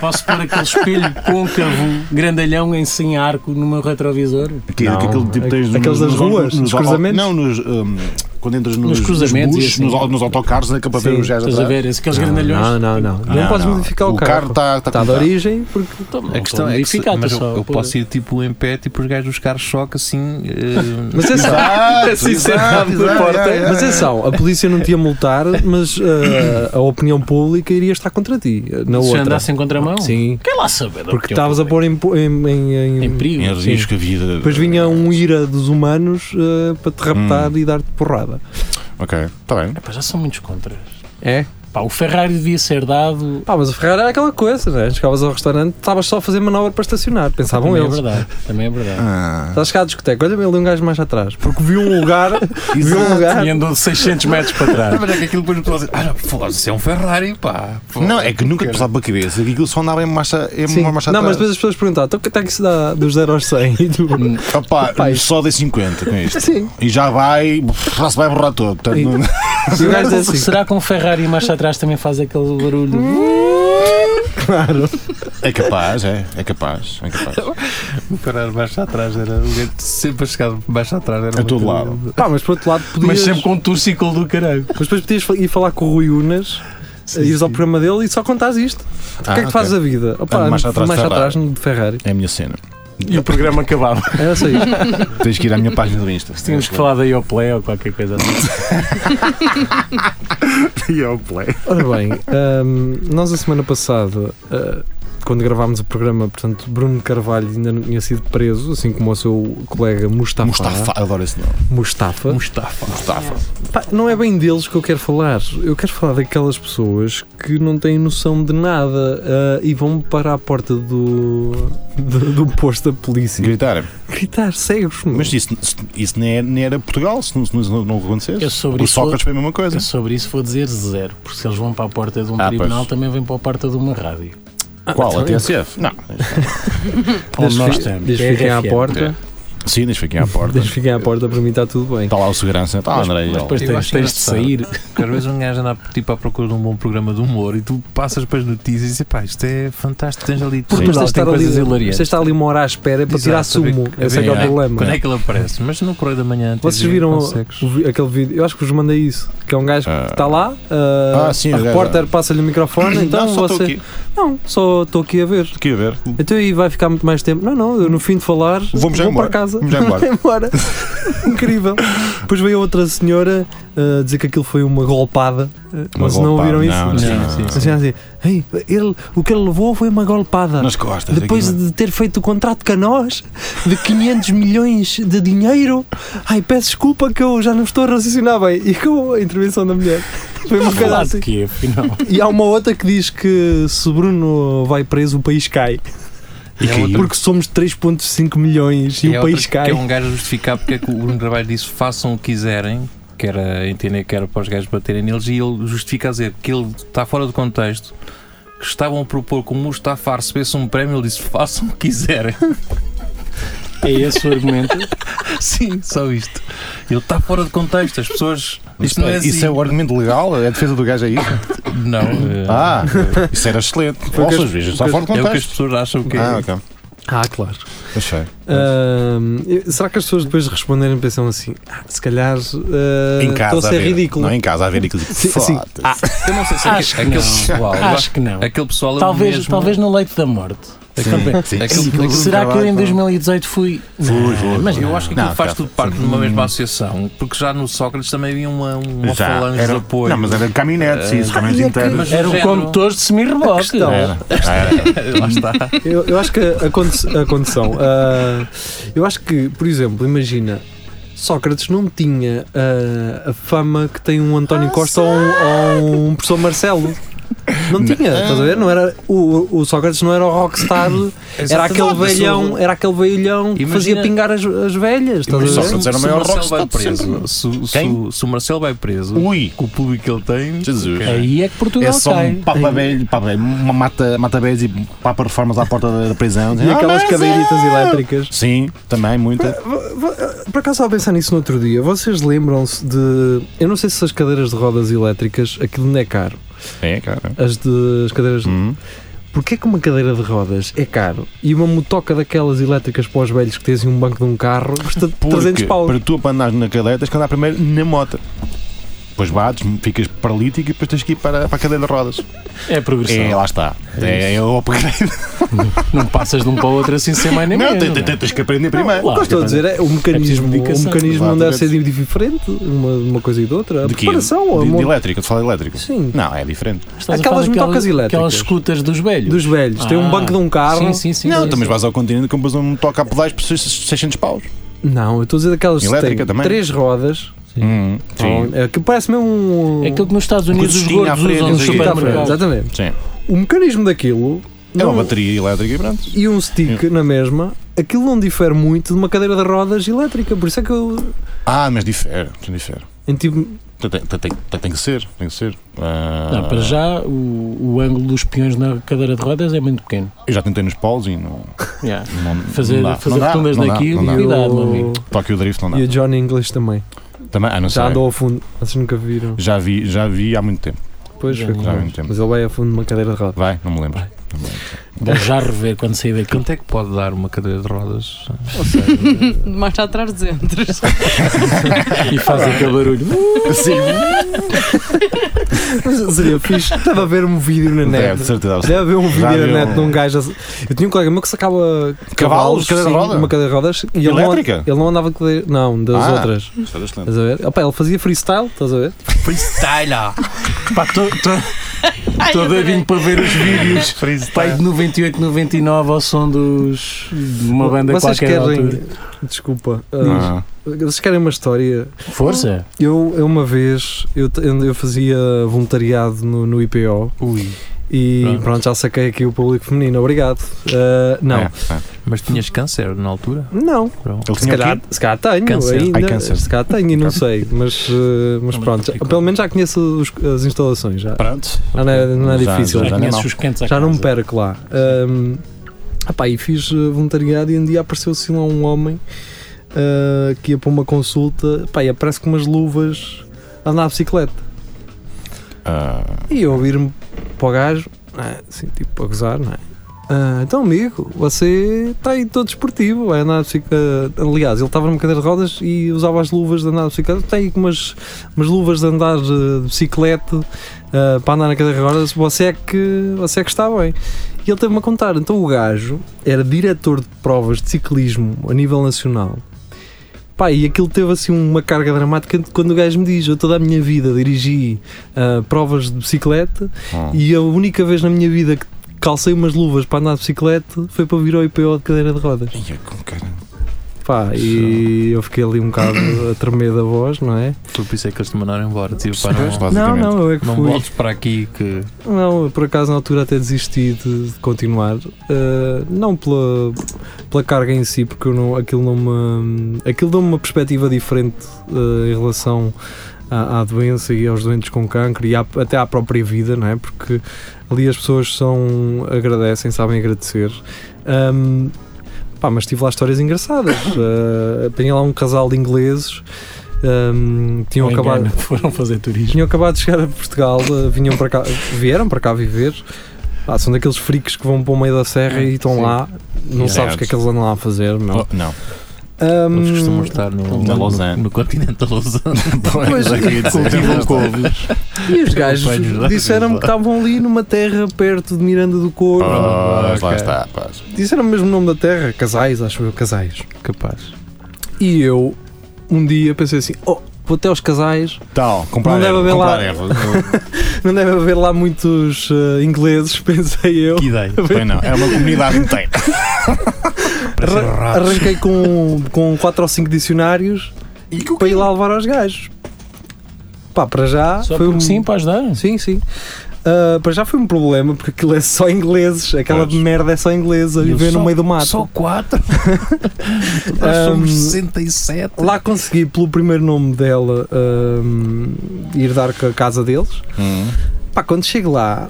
Speaker 5: posso pôr aquele espelho côncavo, grandalhão em sem arco no meu retrovisor?
Speaker 4: Que,
Speaker 2: Não,
Speaker 4: que aquele tipo tens
Speaker 2: aqueles das ruas, nos cruzamentos?
Speaker 4: Não, nos. hum, quando entras nos,
Speaker 5: Nos cruzamentos
Speaker 4: nos,
Speaker 5: e
Speaker 4: bus,
Speaker 5: assim.
Speaker 4: nos, au- nos autocarros, é que é para ver
Speaker 2: Sim,
Speaker 4: os gajos
Speaker 5: Estás a
Speaker 4: atrás.
Speaker 5: ver? Esse- Aqueles
Speaker 2: Não,
Speaker 5: grandalhões.
Speaker 2: não, não, não. Não, podes modificar o,
Speaker 4: carro. tá-
Speaker 2: carro.
Speaker 4: está
Speaker 2: Está de origem porque
Speaker 5: Então, não
Speaker 3: A questão
Speaker 5: estou
Speaker 3: é que
Speaker 5: modificar,
Speaker 3: mas
Speaker 5: estou
Speaker 3: eu,
Speaker 5: só a
Speaker 3: eu
Speaker 5: pôr-
Speaker 3: posso ir tipo em pé, tipo os gajos dos carros choque assim. eh,
Speaker 2: Mas é só.
Speaker 4: Exato, exato, exato, é, é,
Speaker 2: Mas
Speaker 4: é.
Speaker 2: atenção, a polícia não te ia multar, mas ah, a opinião pública iria estar contra ti. Na
Speaker 5: Se
Speaker 2: outra.
Speaker 5: andasse em contramão?
Speaker 2: Sim,
Speaker 5: Quem lá é sabe?
Speaker 2: porque estavas a pôr em, em- em-
Speaker 5: em perigo.
Speaker 4: Em risco a vida.
Speaker 2: Depois vinha um ira dos humanos eh, para te raptar e dar-te porrada.
Speaker 4: Ok, está bem.
Speaker 5: Epá, já são muitos contras.
Speaker 2: É?
Speaker 5: Pá, o Ferrari devia ser dado.
Speaker 2: Pá, mas o Ferrari era aquela coisa, né? Chegavas ao restaurante, estavas só a fazer manobra para estacionar, pensavam
Speaker 5: também
Speaker 2: eles.
Speaker 5: é verdade. Também é verdade.
Speaker 4: Ah,
Speaker 2: Estás cá à discoteca, olha-me ali um gajo mais atrás, porque viu um lugar, viu um lugar.
Speaker 5: E andou 600 metros para trás.
Speaker 3: Mas é que aquilo depois o pessoal diz: Ah, não, foda isso é um Ferrari, pá.
Speaker 4: não, é que nunca te passava pela cabeça. que Aquilo só andava em marcha, em
Speaker 2: Sim.
Speaker 4: uma marcha
Speaker 2: Não, mas
Speaker 4: atrás.
Speaker 2: depois as pessoas perguntavam, então quanto é que isso dá dos 0 aos 100? E tu-
Speaker 4: Opa,
Speaker 2: Rapaz.
Speaker 4: só dei 50 com é isto.
Speaker 2: Sim.
Speaker 4: E já vai, já se vai borrar todo. Portanto,
Speaker 2: E-
Speaker 4: não-
Speaker 2: E o gajo diz assim, Hum.
Speaker 5: Será que um Ferrari mais atrás também faz aquele barulho?
Speaker 2: claro.
Speaker 4: É capaz, é. É capaz. É capaz.
Speaker 3: O Um Ferrari baixo atrás era. O gajo sempre a chegar baixo atrás era.
Speaker 4: A
Speaker 3: uma
Speaker 4: todo
Speaker 3: coisa-
Speaker 4: lado.
Speaker 2: Pá, mas por outro lado podias,
Speaker 5: Mas sempre com um torcicolo do caralho.
Speaker 2: mas depois podias fa- ir falar com o Rui Unas ires ao programa dele e só contas isto. O que é que
Speaker 4: Ah,
Speaker 2: fazes
Speaker 4: ok.
Speaker 2: a vida? Opa,
Speaker 4: Ah, marcha
Speaker 2: fui
Speaker 4: atrás de
Speaker 2: marcha
Speaker 4: Ferrari.
Speaker 2: atrás de Ferrari.
Speaker 4: É a minha cena.
Speaker 5: E o programa acabava.
Speaker 2: Era só isto.
Speaker 4: Tens que ir à minha página do Insta.
Speaker 5: Tínhamos que falar da Ioplay ou qualquer coisa assim.
Speaker 4: E ao play.
Speaker 2: Ora bem, hum, nós a semana passada, uh, quando gravámos o programa, portanto, Bruno Carvalho ainda não tinha sido preso, assim como o seu colega Mustafa.
Speaker 4: Mustafa, adoro esse nome.
Speaker 2: Mustafa.
Speaker 3: Mustafa.
Speaker 4: Mustafa.
Speaker 2: Pá, não é bem deles que eu quero falar. Eu quero falar daquelas pessoas que não têm noção de nada ah, e vão para a porta do, do, do posto da polícia
Speaker 4: Gritar.
Speaker 2: gritar cegos. meu.
Speaker 4: Mas isso, isso- isso nem, era, nem era Portugal, se não, se não, não acontecesse.
Speaker 5: Eu sobre
Speaker 4: o
Speaker 5: isso-
Speaker 4: Sócrates foi a mesma coisa.
Speaker 5: Eu sobre isso vou dizer zero, porque se eles vão para a porta de um
Speaker 4: Ah,
Speaker 5: tribunal,
Speaker 4: pois.
Speaker 5: também vêm para a porta de uma rádio.
Speaker 4: Qual?
Speaker 2: então,
Speaker 4: A TSF? Ah, Não.
Speaker 5: Onde nós
Speaker 2: fi-
Speaker 5: estamos.
Speaker 2: desde que fiquem à
Speaker 5: TRFM.
Speaker 2: porta,
Speaker 4: Sim, deixa aqui à é porta.
Speaker 2: desde que fiquem à porta, para mim está tudo bem.
Speaker 4: Está lá o segurança. Está lá, André. e
Speaker 5: Mas
Speaker 4: ele.
Speaker 5: depois
Speaker 3: Eu
Speaker 5: tens,
Speaker 3: acho
Speaker 5: tens de sair.
Speaker 3: Porque às vezes um gajo anda tipo, à procura de um bom programa de humor e tu passas para as notícias e dizes, pá, isto é fantástico, tens ali
Speaker 2: Porque
Speaker 3: Portugal
Speaker 2: tens de
Speaker 3: tem
Speaker 2: estar ali,
Speaker 3: coisas hilariantes.
Speaker 2: tens de estar ali uma hora à espera para
Speaker 3: Exato,
Speaker 2: tirar
Speaker 3: saber
Speaker 2: sumo.
Speaker 3: que-
Speaker 2: Esse é que é o
Speaker 3: é, Quando
Speaker 2: problema.
Speaker 3: é que ele aparece? Mas no correio da manhã. tens
Speaker 2: Vocês
Speaker 3: aí,
Speaker 2: viram
Speaker 3: consegues.
Speaker 2: o vi- aquele vídeo? Eu acho que vos mandei isso. Que é um gajo que
Speaker 4: Ah.
Speaker 2: está lá, ah,
Speaker 4: Ah, sim,
Speaker 2: a
Speaker 4: o gajo-
Speaker 2: repórter passa-lhe o microfone, então
Speaker 4: não, só estou
Speaker 2: você.
Speaker 4: aqui.
Speaker 2: Não, só estou aqui a ver.
Speaker 4: Estou aqui a ver.
Speaker 2: Então aí vai ficar muito mais tempo. Não, não, eu no fim de falar
Speaker 4: Vamos já
Speaker 2: vou
Speaker 4: embora.
Speaker 2: para casa.
Speaker 4: Vamos já embora.
Speaker 2: embora. Incrível. Depois veio outra senhora uh, dizer que aquilo foi uma golpada. Uh,
Speaker 4: Uma
Speaker 2: Mas não
Speaker 4: golpada.
Speaker 2: ouviram isso?
Speaker 4: Não,
Speaker 3: Não,
Speaker 4: não,
Speaker 3: sim,
Speaker 4: não.
Speaker 2: Assim, assim, "Ei, ele, o que ele levou foi uma golpada.
Speaker 4: Nas costas.
Speaker 2: Depois
Speaker 4: aqui. é?"
Speaker 2: de ter feito o contrato com nós de 500 milhões de dinheiro, ai, peço desculpa que eu já não estou a raciocinar bem. E acabou a intervenção da mulher. Foi um bocado
Speaker 5: Falar de
Speaker 2: assim.
Speaker 5: quê, afinal?
Speaker 2: E há uma outra que diz que se Bruno vai preso, o país cai.
Speaker 4: E caiu.
Speaker 2: Porque somos 3.5 milhões e,
Speaker 3: é
Speaker 2: o país
Speaker 3: outra que
Speaker 2: cai.
Speaker 3: É um gajo justificar porque é que o Bruno Carvalho disse façam o que quiserem, que era entender que era para os gajos baterem neles, e ele justifica a dizer que ele está fora do contexto, que estavam a propor que o Mustafa recebesse um prémio, ele disse façam o que quiserem.
Speaker 5: É esse o argumento?
Speaker 3: Sim, só isto. Ele está fora de contexto, as pessoas. Isto não é assim.
Speaker 4: Isso um é o argumento legal? É a defesa do gajo aí?
Speaker 3: Não. é-
Speaker 4: Ah, isso era excelente.
Speaker 2: o que
Speaker 4: Ouças,
Speaker 2: as-
Speaker 4: veja, está
Speaker 2: o que
Speaker 4: fora de
Speaker 3: É o que as
Speaker 4: contexto.
Speaker 3: pessoas acham que é.
Speaker 4: Ah, ok.
Speaker 2: Ah, claro.
Speaker 4: Achei.
Speaker 2: será que as pessoas depois de responderem pensam assim? "Ah, se calhar ah,
Speaker 4: Em casa
Speaker 2: estou a
Speaker 4: a
Speaker 2: ser
Speaker 4: ver.
Speaker 2: ridículo.
Speaker 4: Não, é em casa a ver aquilo.
Speaker 2: Sim, sim.
Speaker 4: Foda-se.
Speaker 2: Ah,
Speaker 3: Eu não sei se
Speaker 5: Acho
Speaker 3: aquele,
Speaker 5: que
Speaker 3: aquele
Speaker 5: não.
Speaker 3: pessoal.
Speaker 5: Acho que não.
Speaker 3: Aquele pessoal é o
Speaker 5: Talvez,
Speaker 3: mesmo-
Speaker 5: talvez no leito da morte. Também.
Speaker 4: sim.
Speaker 3: Aquele-
Speaker 4: Sim,
Speaker 3: aquele
Speaker 5: Será que eu em
Speaker 4: trabalho,
Speaker 5: 2018 fui. Fui,
Speaker 4: fui,
Speaker 5: Mas
Speaker 4: fui.
Speaker 5: eu
Speaker 3: Eu
Speaker 5: acho
Speaker 3: acho que aquilo
Speaker 4: Não,
Speaker 3: faz
Speaker 4: tá,
Speaker 3: tudo parte de uma mesma associação, porque já no Sócrates também havia uma, uma
Speaker 4: Já,
Speaker 3: falange
Speaker 4: era-
Speaker 3: de apoio.
Speaker 4: Não, mas era caminhonete, sim, isso, caminhonete interno.
Speaker 3: mas
Speaker 5: que eram
Speaker 3: do género-
Speaker 5: um condutores de semi-reboque.
Speaker 2: Não.
Speaker 4: Era. Ah, era.
Speaker 3: Lá está.
Speaker 2: eu, eu acho que a, conde- a condição. ah, eu acho que, por exemplo, imagina. Sócrates não tinha ah, a fama que tem um António Costa ou um, ou um professor Marcelo. Não tinha, estás a ver? Não era, o, o Sócrates não era o rockstar, era aquele velhão, era aquele velhão que
Speaker 3: Imagina-
Speaker 2: fazia pingar as, as velhas,
Speaker 4: Mas
Speaker 2: estás a ver?
Speaker 4: Sócrates era o maior
Speaker 3: Marcelo
Speaker 4: rockstar
Speaker 3: vai
Speaker 4: de sempre.
Speaker 3: preso, se, se-
Speaker 4: Quem?
Speaker 3: se o Marcelo vai preso,
Speaker 4: Ui,
Speaker 3: com o público que ele tem,
Speaker 4: Jesus.
Speaker 5: Aí é que Portugal
Speaker 4: É só
Speaker 5: cai.
Speaker 4: um papa velho, papa velho, uma mata, mata velhos e papa reformas à porta da- da prisão. Ah, é!
Speaker 2: E aquelas cadeiritas elétricas.
Speaker 4: Sim, também, muita.
Speaker 2: Por acaso estava a pensar nisso no outro dia. Vocês lembram-se de. Eu não sei se as cadeiras de rodas elétricas, aquilo não é caro.
Speaker 4: É, cara.
Speaker 2: As de. As cadeiras.
Speaker 4: Hum.
Speaker 2: Porquê que uma cadeira de rodas é caro e uma motoca daquelas elétricas para os velhos que tens em um banco de um carro custa
Speaker 4: Porque
Speaker 2: 300 paus?
Speaker 4: para tu para andares na cadeira tens que andar primeiro na moto. Depois bates, ficas paralítico e depois tens que ir para, para a cadeira de rodas.
Speaker 5: É progressão.
Speaker 4: É, lá está. É, é o upgrade.
Speaker 5: Não passas de um para o outro assim sem mais nem
Speaker 4: Não,
Speaker 5: menos.
Speaker 4: tens,
Speaker 5: não é?
Speaker 4: tens- tens que aprender primeiro.
Speaker 2: O que eu estou a dizer é o
Speaker 5: preciso
Speaker 2: mecanismo, o
Speaker 5: dedicação.
Speaker 2: mecanismo não deve
Speaker 4: Exatamente.
Speaker 2: ser di- diferente uma, de uma coisa e de outra. A
Speaker 4: De quê?
Speaker 2: preparação, a
Speaker 4: De, de
Speaker 2: mon-
Speaker 4: elétrica, de falar elétrica.
Speaker 2: Sim,
Speaker 4: Não, é diferente.
Speaker 5: Estás a
Speaker 2: Aquelas
Speaker 5: falar daquelas-
Speaker 2: motocas elétricas.
Speaker 5: Aquelas scooters dos velhos.
Speaker 2: dos velhos. Tem um
Speaker 5: Ah,
Speaker 2: banco de um carro.
Speaker 5: Sim, sim, sim.
Speaker 4: não,
Speaker 5: sim,
Speaker 4: também
Speaker 5: sim.
Speaker 4: vais ao continente e compras um toque a pedais por 600 paus.
Speaker 2: Não, eu estou a dizer daquelas que
Speaker 4: Elétrica
Speaker 2: têm
Speaker 4: também?
Speaker 2: três rodas.
Speaker 4: Hum, sim.
Speaker 2: É, que parece mesmo um.
Speaker 5: É aquilo que nos Estados Unidos os
Speaker 4: cestinho à
Speaker 5: gordos
Speaker 4: frente,
Speaker 5: usam
Speaker 2: um
Speaker 5: nos
Speaker 4: assim.
Speaker 2: chute à frente,
Speaker 5: supermercados.
Speaker 2: Exatamente.
Speaker 4: Sim.
Speaker 2: O mecanismo daquilo
Speaker 4: É
Speaker 2: não-
Speaker 4: uma bateria elétrica e pronto.
Speaker 2: e um stick na mesma, aquilo não difere muito de uma cadeira de rodas elétrica. Por isso é que eu.
Speaker 4: Ah, mas difere, difere.
Speaker 2: em tipo,
Speaker 4: Tem, tem, tem, tem- tem que ser, tem que ser. Ah,
Speaker 5: Não, para já o, o ângulo dos peões na cadeira de rodas é muito pequeno.
Speaker 4: Eu já tentei nos paus e não.
Speaker 5: Yeah.
Speaker 4: não
Speaker 5: Fazer,
Speaker 4: não dá,
Speaker 5: fazer
Speaker 4: não dá,
Speaker 5: rotundas
Speaker 4: não dá,
Speaker 5: daqui,
Speaker 4: não dá.
Speaker 2: e,
Speaker 5: cuidado, meu
Speaker 2: o,
Speaker 5: amigo.
Speaker 4: Tóquio Drift não dá.
Speaker 2: e o Johnny English também.
Speaker 4: Também, ah, não
Speaker 2: Já
Speaker 4: sei.
Speaker 2: andou ao fundo. Vocês nunca viram.
Speaker 4: Já vi, já vi há muito tempo.
Speaker 2: Pois foi
Speaker 4: Já há
Speaker 2: com
Speaker 4: muito tempo.
Speaker 2: Mas ele vai a fundo numa cadeira de rodas.
Speaker 4: Vai, não me lembro.
Speaker 5: Vou já rever quando sair daqui.
Speaker 3: quanto é que pode dar uma cadeira de rodas?
Speaker 6: Mas está atrás de entras.
Speaker 5: e faz aquele barulho.
Speaker 4: Sim.
Speaker 2: Mas seria fixe. Estava a ver um vídeo na
Speaker 4: Deve, É, de
Speaker 2: net.
Speaker 4: certeza.
Speaker 2: Deve haver um vídeo
Speaker 4: Já
Speaker 2: na
Speaker 4: viu
Speaker 2: net
Speaker 4: um-
Speaker 2: de um gajo. a- Eu tinha um colega meu que sacava cavalos,
Speaker 4: Cavalos, cadeira de
Speaker 2: sim,
Speaker 4: roda?
Speaker 2: uma cadeira de rodas e ele não,
Speaker 4: Elétrica?
Speaker 2: ele não andava de cadeira. Não, das
Speaker 4: Ah.
Speaker 2: outras.
Speaker 4: Isto era excelente.
Speaker 2: Estás a ver? Opa, ele fazia freestyle, estás a ver?
Speaker 3: Freestyle!
Speaker 5: Pá, tô, tô,
Speaker 6: Ai,
Speaker 5: tô
Speaker 6: eu
Speaker 5: doidinho
Speaker 6: adorei.
Speaker 5: para ver os vídeos. Pai
Speaker 4: Freestyle.
Speaker 5: de 98, 99 ao som dos, de uma banda
Speaker 2: Vocês
Speaker 5: qualquer
Speaker 2: querem.
Speaker 5: altura.
Speaker 2: Desculpa. ah,
Speaker 4: Ah,
Speaker 2: Vocês querem uma história?
Speaker 5: Força!
Speaker 2: Eu, eu uma vez, eu, te- eu fazia voluntariado no, no IPO
Speaker 3: Ui.
Speaker 2: e
Speaker 3: Pronto.
Speaker 2: pronto. já saquei aqui o público feminino, obrigado. Ah, não,
Speaker 4: é, é.
Speaker 3: Mas tinhas câncer na altura?
Speaker 2: não,
Speaker 3: Pronto.
Speaker 4: Ele
Speaker 2: se
Speaker 4: tinha o quê?
Speaker 2: calhar, se calhar tenho
Speaker 3: Câncer.
Speaker 2: ainda,
Speaker 4: Ai, câncer.
Speaker 2: se calhar tenho e não sei, mas, eh, mas
Speaker 3: Não me
Speaker 2: pronto, já-
Speaker 3: complicou.
Speaker 2: pelo menos já conheço os- as instalações, já,
Speaker 5: Pronto,
Speaker 2: já não é, não é
Speaker 4: Já-
Speaker 2: difícil,
Speaker 4: já
Speaker 5: já
Speaker 2: já,
Speaker 4: não é
Speaker 5: conheces
Speaker 4: mau.
Speaker 5: os cantos à
Speaker 2: não me
Speaker 5: casa.
Speaker 2: perco lá. Ahm, epá, e fiz eh, voluntariado e um dia apareceu assim lá um homem ah, que ia para uma consulta, epá, e aparece com umas luvas a andar de bicicleta.
Speaker 4: Ah,
Speaker 2: E eu ouvir-me para o gajo, não é? assim, tipo, a gozar, não é? Ah, então, amigo, você está aí todo desportivo, vai andar de bicicleta. Aliás, ele estava numa cadeira de rodas e usava as luvas de andar de bicicleta. Está aí com umas, umas luvas de andar eh, de bicicleta ah, para andar na cadeira de rodas. Você é que, você é que está bem. E ele teve-me a contar. Então, o gajo era diretor de provas de ciclismo a nível nacional. Pá, e aquilo teve assim uma carga dramática de quando o gajo me diz: Eu toda a minha vida dirigi ah, provas de bicicleta
Speaker 4: hum.
Speaker 2: e a única vez na minha vida que calcei umas luvas para andar de bicicleta foi para vir ao IPO de cadeira de rodas.
Speaker 4: Ia é com cara.
Speaker 2: Pá, e eu fiquei ali um bocado a tremer da voz, não é?
Speaker 3: Foi por isso é que eles te mandaram embora. Tipo, pá, não,
Speaker 4: Pois,
Speaker 2: Não,
Speaker 4: basicamente.
Speaker 2: não, eu é que
Speaker 3: não
Speaker 2: fui.
Speaker 3: voltes para aqui que.
Speaker 2: Não, eu, por acaso na altura até desisti de, de continuar. Ah, não pela, pela carga em si, porque eu não, aquilo não me. Aquilo deu-me uma perspectiva diferente ah, em relação à, à doença e aos doentes com cancro e à- até à própria vida, não é? Porque ali as pessoas são. agradecem, sabem agradecer. Ahm, pá, mas tive lá histórias engraçadas. Ah, tinha lá um casal de engleses. ahm, tinham
Speaker 5: Não
Speaker 2: acabado,
Speaker 5: engano, Foram fazer turismo.
Speaker 2: tinham acabado de chegar a Portugal, eh, vinham para cá, vieram para cá viver. Ah, são daqueles fricos que vão para o meio da serra e estão
Speaker 3: Sim.
Speaker 2: lá, não
Speaker 3: Sim.
Speaker 2: sabes o que é que eles andam lá a fazer, meu.
Speaker 4: Oh, não.
Speaker 2: Ahm,
Speaker 3: Eles costumam estar no,
Speaker 4: Hum. Na
Speaker 3: no-
Speaker 4: Lausanne. Então é
Speaker 3: no continente da Lausanne.
Speaker 2: Pois, é.
Speaker 4: Já queria dizer.
Speaker 5: Cultivam couves.
Speaker 2: e os gajos
Speaker 3: Acompanho lá.
Speaker 2: disseram-me que estavam ali numa terra perto de Miranda do Corvo.
Speaker 4: Pois, lá
Speaker 3: Ok.
Speaker 4: está, pá.
Speaker 2: Disseram mesmo o nome da terra, Casais, acho eu, Casais.
Speaker 3: Capaz.
Speaker 2: E eu, um dia, pensei assim: oh, vou até aos Casais,
Speaker 4: Tal, comprar
Speaker 2: Não deve
Speaker 4: erva,
Speaker 2: haver
Speaker 4: comprar
Speaker 2: lá-
Speaker 4: erva.
Speaker 2: não deve haver lá muitos eh, ingleses, pensei eu.
Speaker 3: Que ideia.
Speaker 4: Pois não, é uma comunidade inteira.
Speaker 3: Parecem
Speaker 2: Arra-
Speaker 3: ratos.
Speaker 2: Arranquei com, com 4 ou 5 dicionários para ir lá levar aos gajos. Pá, para já
Speaker 5: Só
Speaker 2: foi um.
Speaker 5: porque sim, para ajudar.
Speaker 2: Sim, sim. Ah, para já foi um problema porque aquilo é só ingleses, aquela
Speaker 4: Pois.
Speaker 2: merda é só inglesa a
Speaker 3: E eu
Speaker 2: viver no
Speaker 3: só-
Speaker 2: meio do mato.
Speaker 3: Só 4? Nós
Speaker 2: Ahm,
Speaker 4: Hum.
Speaker 3: somos 67.
Speaker 2: Lá consegui, pelo primeiro nome dela, ah, ir dar com a casa deles.
Speaker 4: Hum.
Speaker 2: Pá, quando chego lá,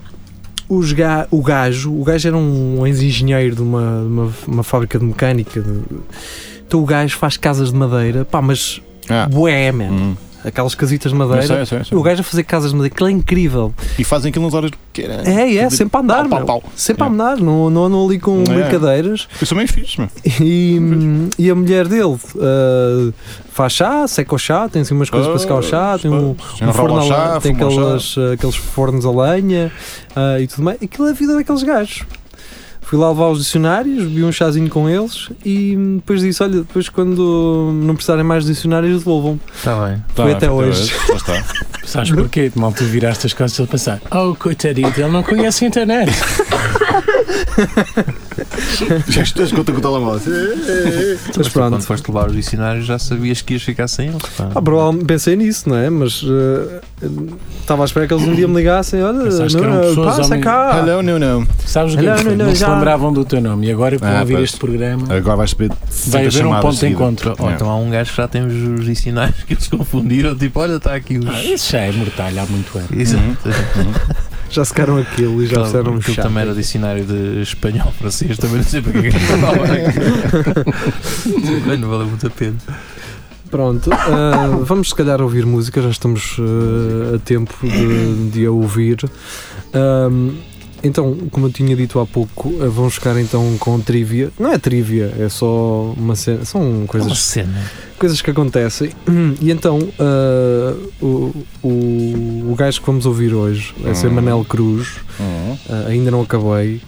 Speaker 2: os ga- o gajo, o gajo era um ex-engenheiro de uma, de uma, uma fábrica de mecânica. de- então o gajo faz casas de madeira, pá, mas
Speaker 4: Ah,
Speaker 2: bué, man.
Speaker 4: hum.
Speaker 2: Aquelas casitas de
Speaker 4: Eu sei,
Speaker 2: madeira.
Speaker 4: eu sei, eu sei.
Speaker 2: O gajo a fazer casas de madeira, aquilo é incrível.
Speaker 4: E fazem aquilo nas horas que era.
Speaker 2: É, é,
Speaker 4: Tudo-
Speaker 2: sempre a andar,
Speaker 4: Tipo, pau,
Speaker 2: meu.
Speaker 4: pau, pau.
Speaker 2: Sempre a andar, não, não andam ali com
Speaker 4: É.
Speaker 2: brincadeiras.
Speaker 4: Eu sou meio fixe, meu.
Speaker 2: E, e a mulher dele ah, faz chá, seca o chá, tem assim umas coisas para secar o chá, tem um,
Speaker 4: Já não
Speaker 2: um forno
Speaker 4: rola o
Speaker 2: a lenha,
Speaker 4: chá,
Speaker 2: tem
Speaker 4: fuma o chá.
Speaker 2: aquelas, ah, aqueles fornos a lenha ah, e tudo mais. Aquilo é a vida daqueles gajos. Fui lá levar os dicionários, bebi um chazinho com eles e hum, depois disse: Olha, depois quando não precisarem mais de dicionários, devolvam.
Speaker 3: Está bem.
Speaker 4: Tá,
Speaker 2: foi até
Speaker 4: tá,
Speaker 2: hoje.
Speaker 4: Lá está.
Speaker 5: Sabes porquê? De mal tu viraste as costas e ele pensar, oh coitadinho, ele não conhece a internet.
Speaker 4: Já estás conta com o telemóvel.
Speaker 2: Mas
Speaker 3: tu,
Speaker 2: pronto.
Speaker 3: Quando foste levar os dicionários já sabias que ias ficar sem eles. pá.
Speaker 2: Ah, provavelmente pensei nisso, não é? Mas eh, estava à espera que eles um dia me ligassem: Olha,
Speaker 5: Pensaste que eram
Speaker 2: não,
Speaker 5: pessoas
Speaker 2: passa
Speaker 5: homens.
Speaker 2: cá.
Speaker 4: Hello, não, não.
Speaker 5: Sabes o que
Speaker 2: Não,
Speaker 5: é que foi?
Speaker 2: não, não,
Speaker 5: Não se
Speaker 2: já.
Speaker 5: lembravam do teu nome e agora vão
Speaker 4: Ah,
Speaker 5: ouvir
Speaker 4: pois.
Speaker 5: este programa.
Speaker 4: Agora vais saber.
Speaker 5: Vai haver um ponto de encontro.
Speaker 4: É.
Speaker 3: Ou então há um gajo que já temos os dicionários que eles confundiram. Tipo, olha, está aqui os.
Speaker 5: Ah, isso já é mortalho há muito ano.
Speaker 3: Exato.
Speaker 2: Já secaram aquilo e
Speaker 5: Tá,
Speaker 2: já fizeram um
Speaker 3: aquilo
Speaker 2: chá.
Speaker 3: também era dicionário de espanhol francês, também não sei porque é que eles falavam aquilo. Bem, Não valeu muito a pena.
Speaker 2: Pronto, ah, vamos se calhar ouvir música, já estamos ah, a tempo de, de a ouvir. Ahm, Então, como eu tinha dito há pouco, eh, vão chegar então com trivia. Não é trivia, é só uma cena. São
Speaker 3: É uma
Speaker 2: coisas,
Speaker 3: cena.
Speaker 2: coisas que acontecem. E então, ah, o, o, o gajo que vamos ouvir hoje é ser
Speaker 4: Hum.
Speaker 2: Manel Cruz.
Speaker 4: Hum.
Speaker 2: Ah, ainda não acabei.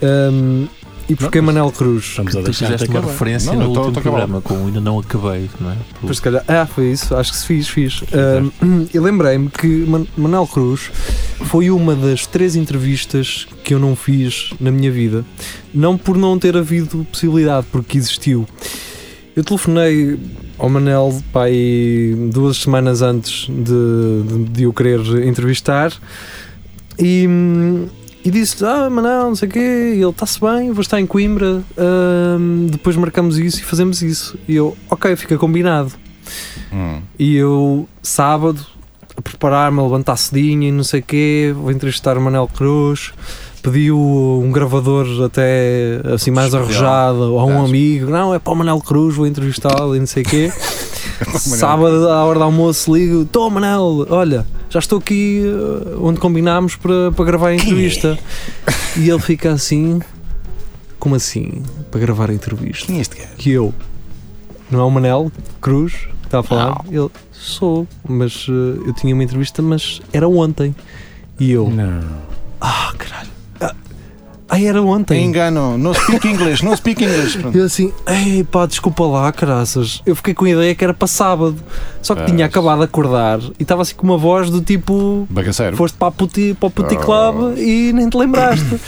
Speaker 2: Ahm, e porquê Manel Cruz?
Speaker 3: Tu fizeste uma referência
Speaker 4: Não, eu
Speaker 3: no
Speaker 4: tô-
Speaker 3: último
Speaker 4: tô acabado.
Speaker 3: programa, como ainda não acabei, não é? Tu-
Speaker 2: Pois se calhar, ah, foi isso, acho que se fiz, fiz. Ahm, e lembrei-me que Man Manel Cruz foi uma das três entrevistas que eu não fiz na minha vida. Não por não ter havido possibilidade, porque existiu. Eu telefonei ao Manel pai duas semanas antes de, de, de o querer entrevistar e, hum, e disse ah Manel, não sei o quê, e ele está-se bem, vou estar em Coimbra, ahm, depois marcamos isso e fazemos isso. E eu, ok, fica combinado.
Speaker 4: Hum.
Speaker 2: E eu, sábado, a preparar-me, a levantar cedinho e não sei o quê, vou entrevistar o Manel Cruz. Pediu um gravador até assim mais
Speaker 4: Especial.
Speaker 2: arrojado a um
Speaker 4: Gajo.
Speaker 2: amigo. Não, é para o Manel Cruz, vou entrevistá-lo e não sei o quê. Sábado, à hora do almoço, ligo: Tô, Manel, olha, já estou aqui eh, onde combinámos para, para gravar a
Speaker 4: é?"
Speaker 2: entrevista. E ele fica assim: Como assim? Para gravar a entrevista?
Speaker 4: Quem é este gajo?
Speaker 2: que eu, não é o Manel Cruz, que está a falar, ele sou, mas eh, eu tinha uma entrevista, mas era ontem. E eu,
Speaker 4: Não.
Speaker 2: ah, caralho, ah, ah, era ontem.
Speaker 4: Engano. Não speak English. Não speak English. Pronto.
Speaker 2: Eu assim, ei pá, desculpa lá, caraças. Eu fiquei com a ideia que era para sábado, só que tinha
Speaker 4: Pois.
Speaker 2: acabado de acordar e estava assim com uma voz do tipo,
Speaker 4: Bagaceiro.
Speaker 2: foste para, a puti, para o Puti
Speaker 4: Oh.
Speaker 2: Club e nem te lembraste.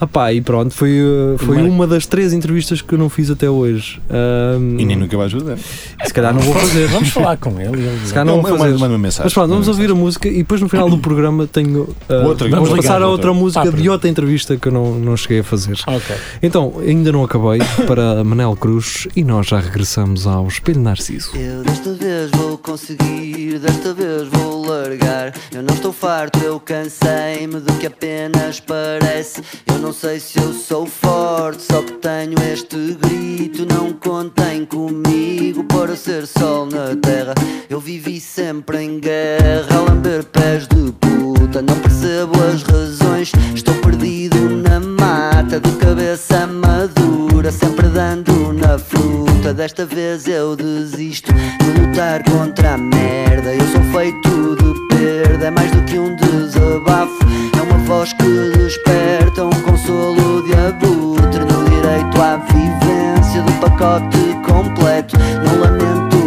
Speaker 2: Ah pá, e pronto, foi, eh, foi
Speaker 3: Mar-
Speaker 2: uma das três entrevistas que eu não fiz até hoje. Ahm,
Speaker 4: E nem nunca vais fazer.
Speaker 2: se calhar não vou fazer.
Speaker 5: Vamos falar com ele. ele
Speaker 2: Se calhar não
Speaker 4: Eu-
Speaker 2: vou
Speaker 4: eu
Speaker 2: fazer.
Speaker 4: mando- mando uma mensagem.
Speaker 2: Mas pronto, vamos
Speaker 4: Mando uma
Speaker 2: ouvir a música e depois no final do programa tenho. ah,
Speaker 4: Outra,
Speaker 2: vamos
Speaker 4: vamos
Speaker 2: passar
Speaker 4: ligar,
Speaker 2: a
Speaker 4: outra.
Speaker 2: outra música
Speaker 5: Ah,
Speaker 2: de
Speaker 5: pronto.
Speaker 2: outra entrevista que eu não, não cheguei a fazer.
Speaker 5: Ok.
Speaker 2: Então, ainda não acabei para Manel Cruz e nós já regressamos ao Espelho Narciso.
Speaker 7: Eu desta vez vou conseguir, desta vez vou largar. Eu não estou farto, eu cansei-me do que apenas parece. Eu não sei se eu sou forte, só que tenho este grito. Não contem comigo para ser sol na terra. Eu vivi sempre em guerra, a lamber pés de puta. Não percebo as razões, estou perdido na mata, de cabeça madura, sempre dando na fruta. Desta vez eu desisto de lutar contra a merda. Eu sou feito de perda, é mais do que um desabafo. É uma voz que desperta um consolo de abutre no direito à vivência do pacote completo. Não lamento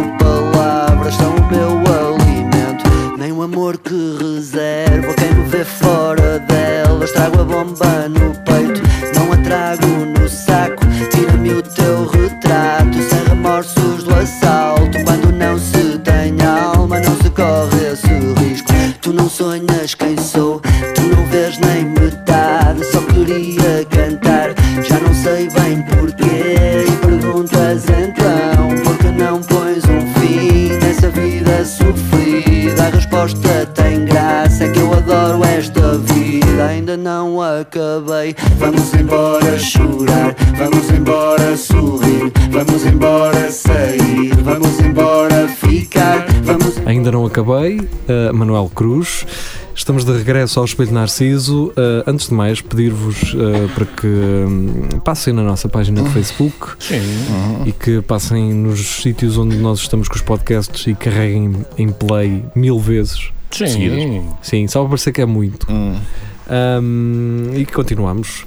Speaker 7: palavras, são o meu alimento. Nem o amor que reservo a quem me vê fora delas. Trago a bomba no peito, não a trago no saco. Tira-me o teu retrato, sem remorsos do assalto. Quando não se tem alma, não se corre esse risco. Tu não sonhas quem sou, tu não vês nem metade. Só queria cantar, já não sei bem porquê. E perguntas então, porque não pões um fim nessa vida sofrida? A resposta tem graça, é que eu adoro esta vida. Ainda não acabei. Vamos embora chorar, vamos embora sorrir, vamos embora sair, vamos embora ficar, vamos
Speaker 2: Ainda não acabei, ah, Manuel Cruz. Estamos de regresso ao Espelho Narciso. Ah, antes de mais, pedir-vos ah, para que hum, passem na nossa página do Facebook, e que passem nos sítios onde nós estamos com os podcasts e carreguem em play mil vezes.
Speaker 5: Sim.
Speaker 4: Seguidas.
Speaker 2: Sim, só para parecer que é muito.
Speaker 4: Hum.
Speaker 2: Ahm, e que continuamos.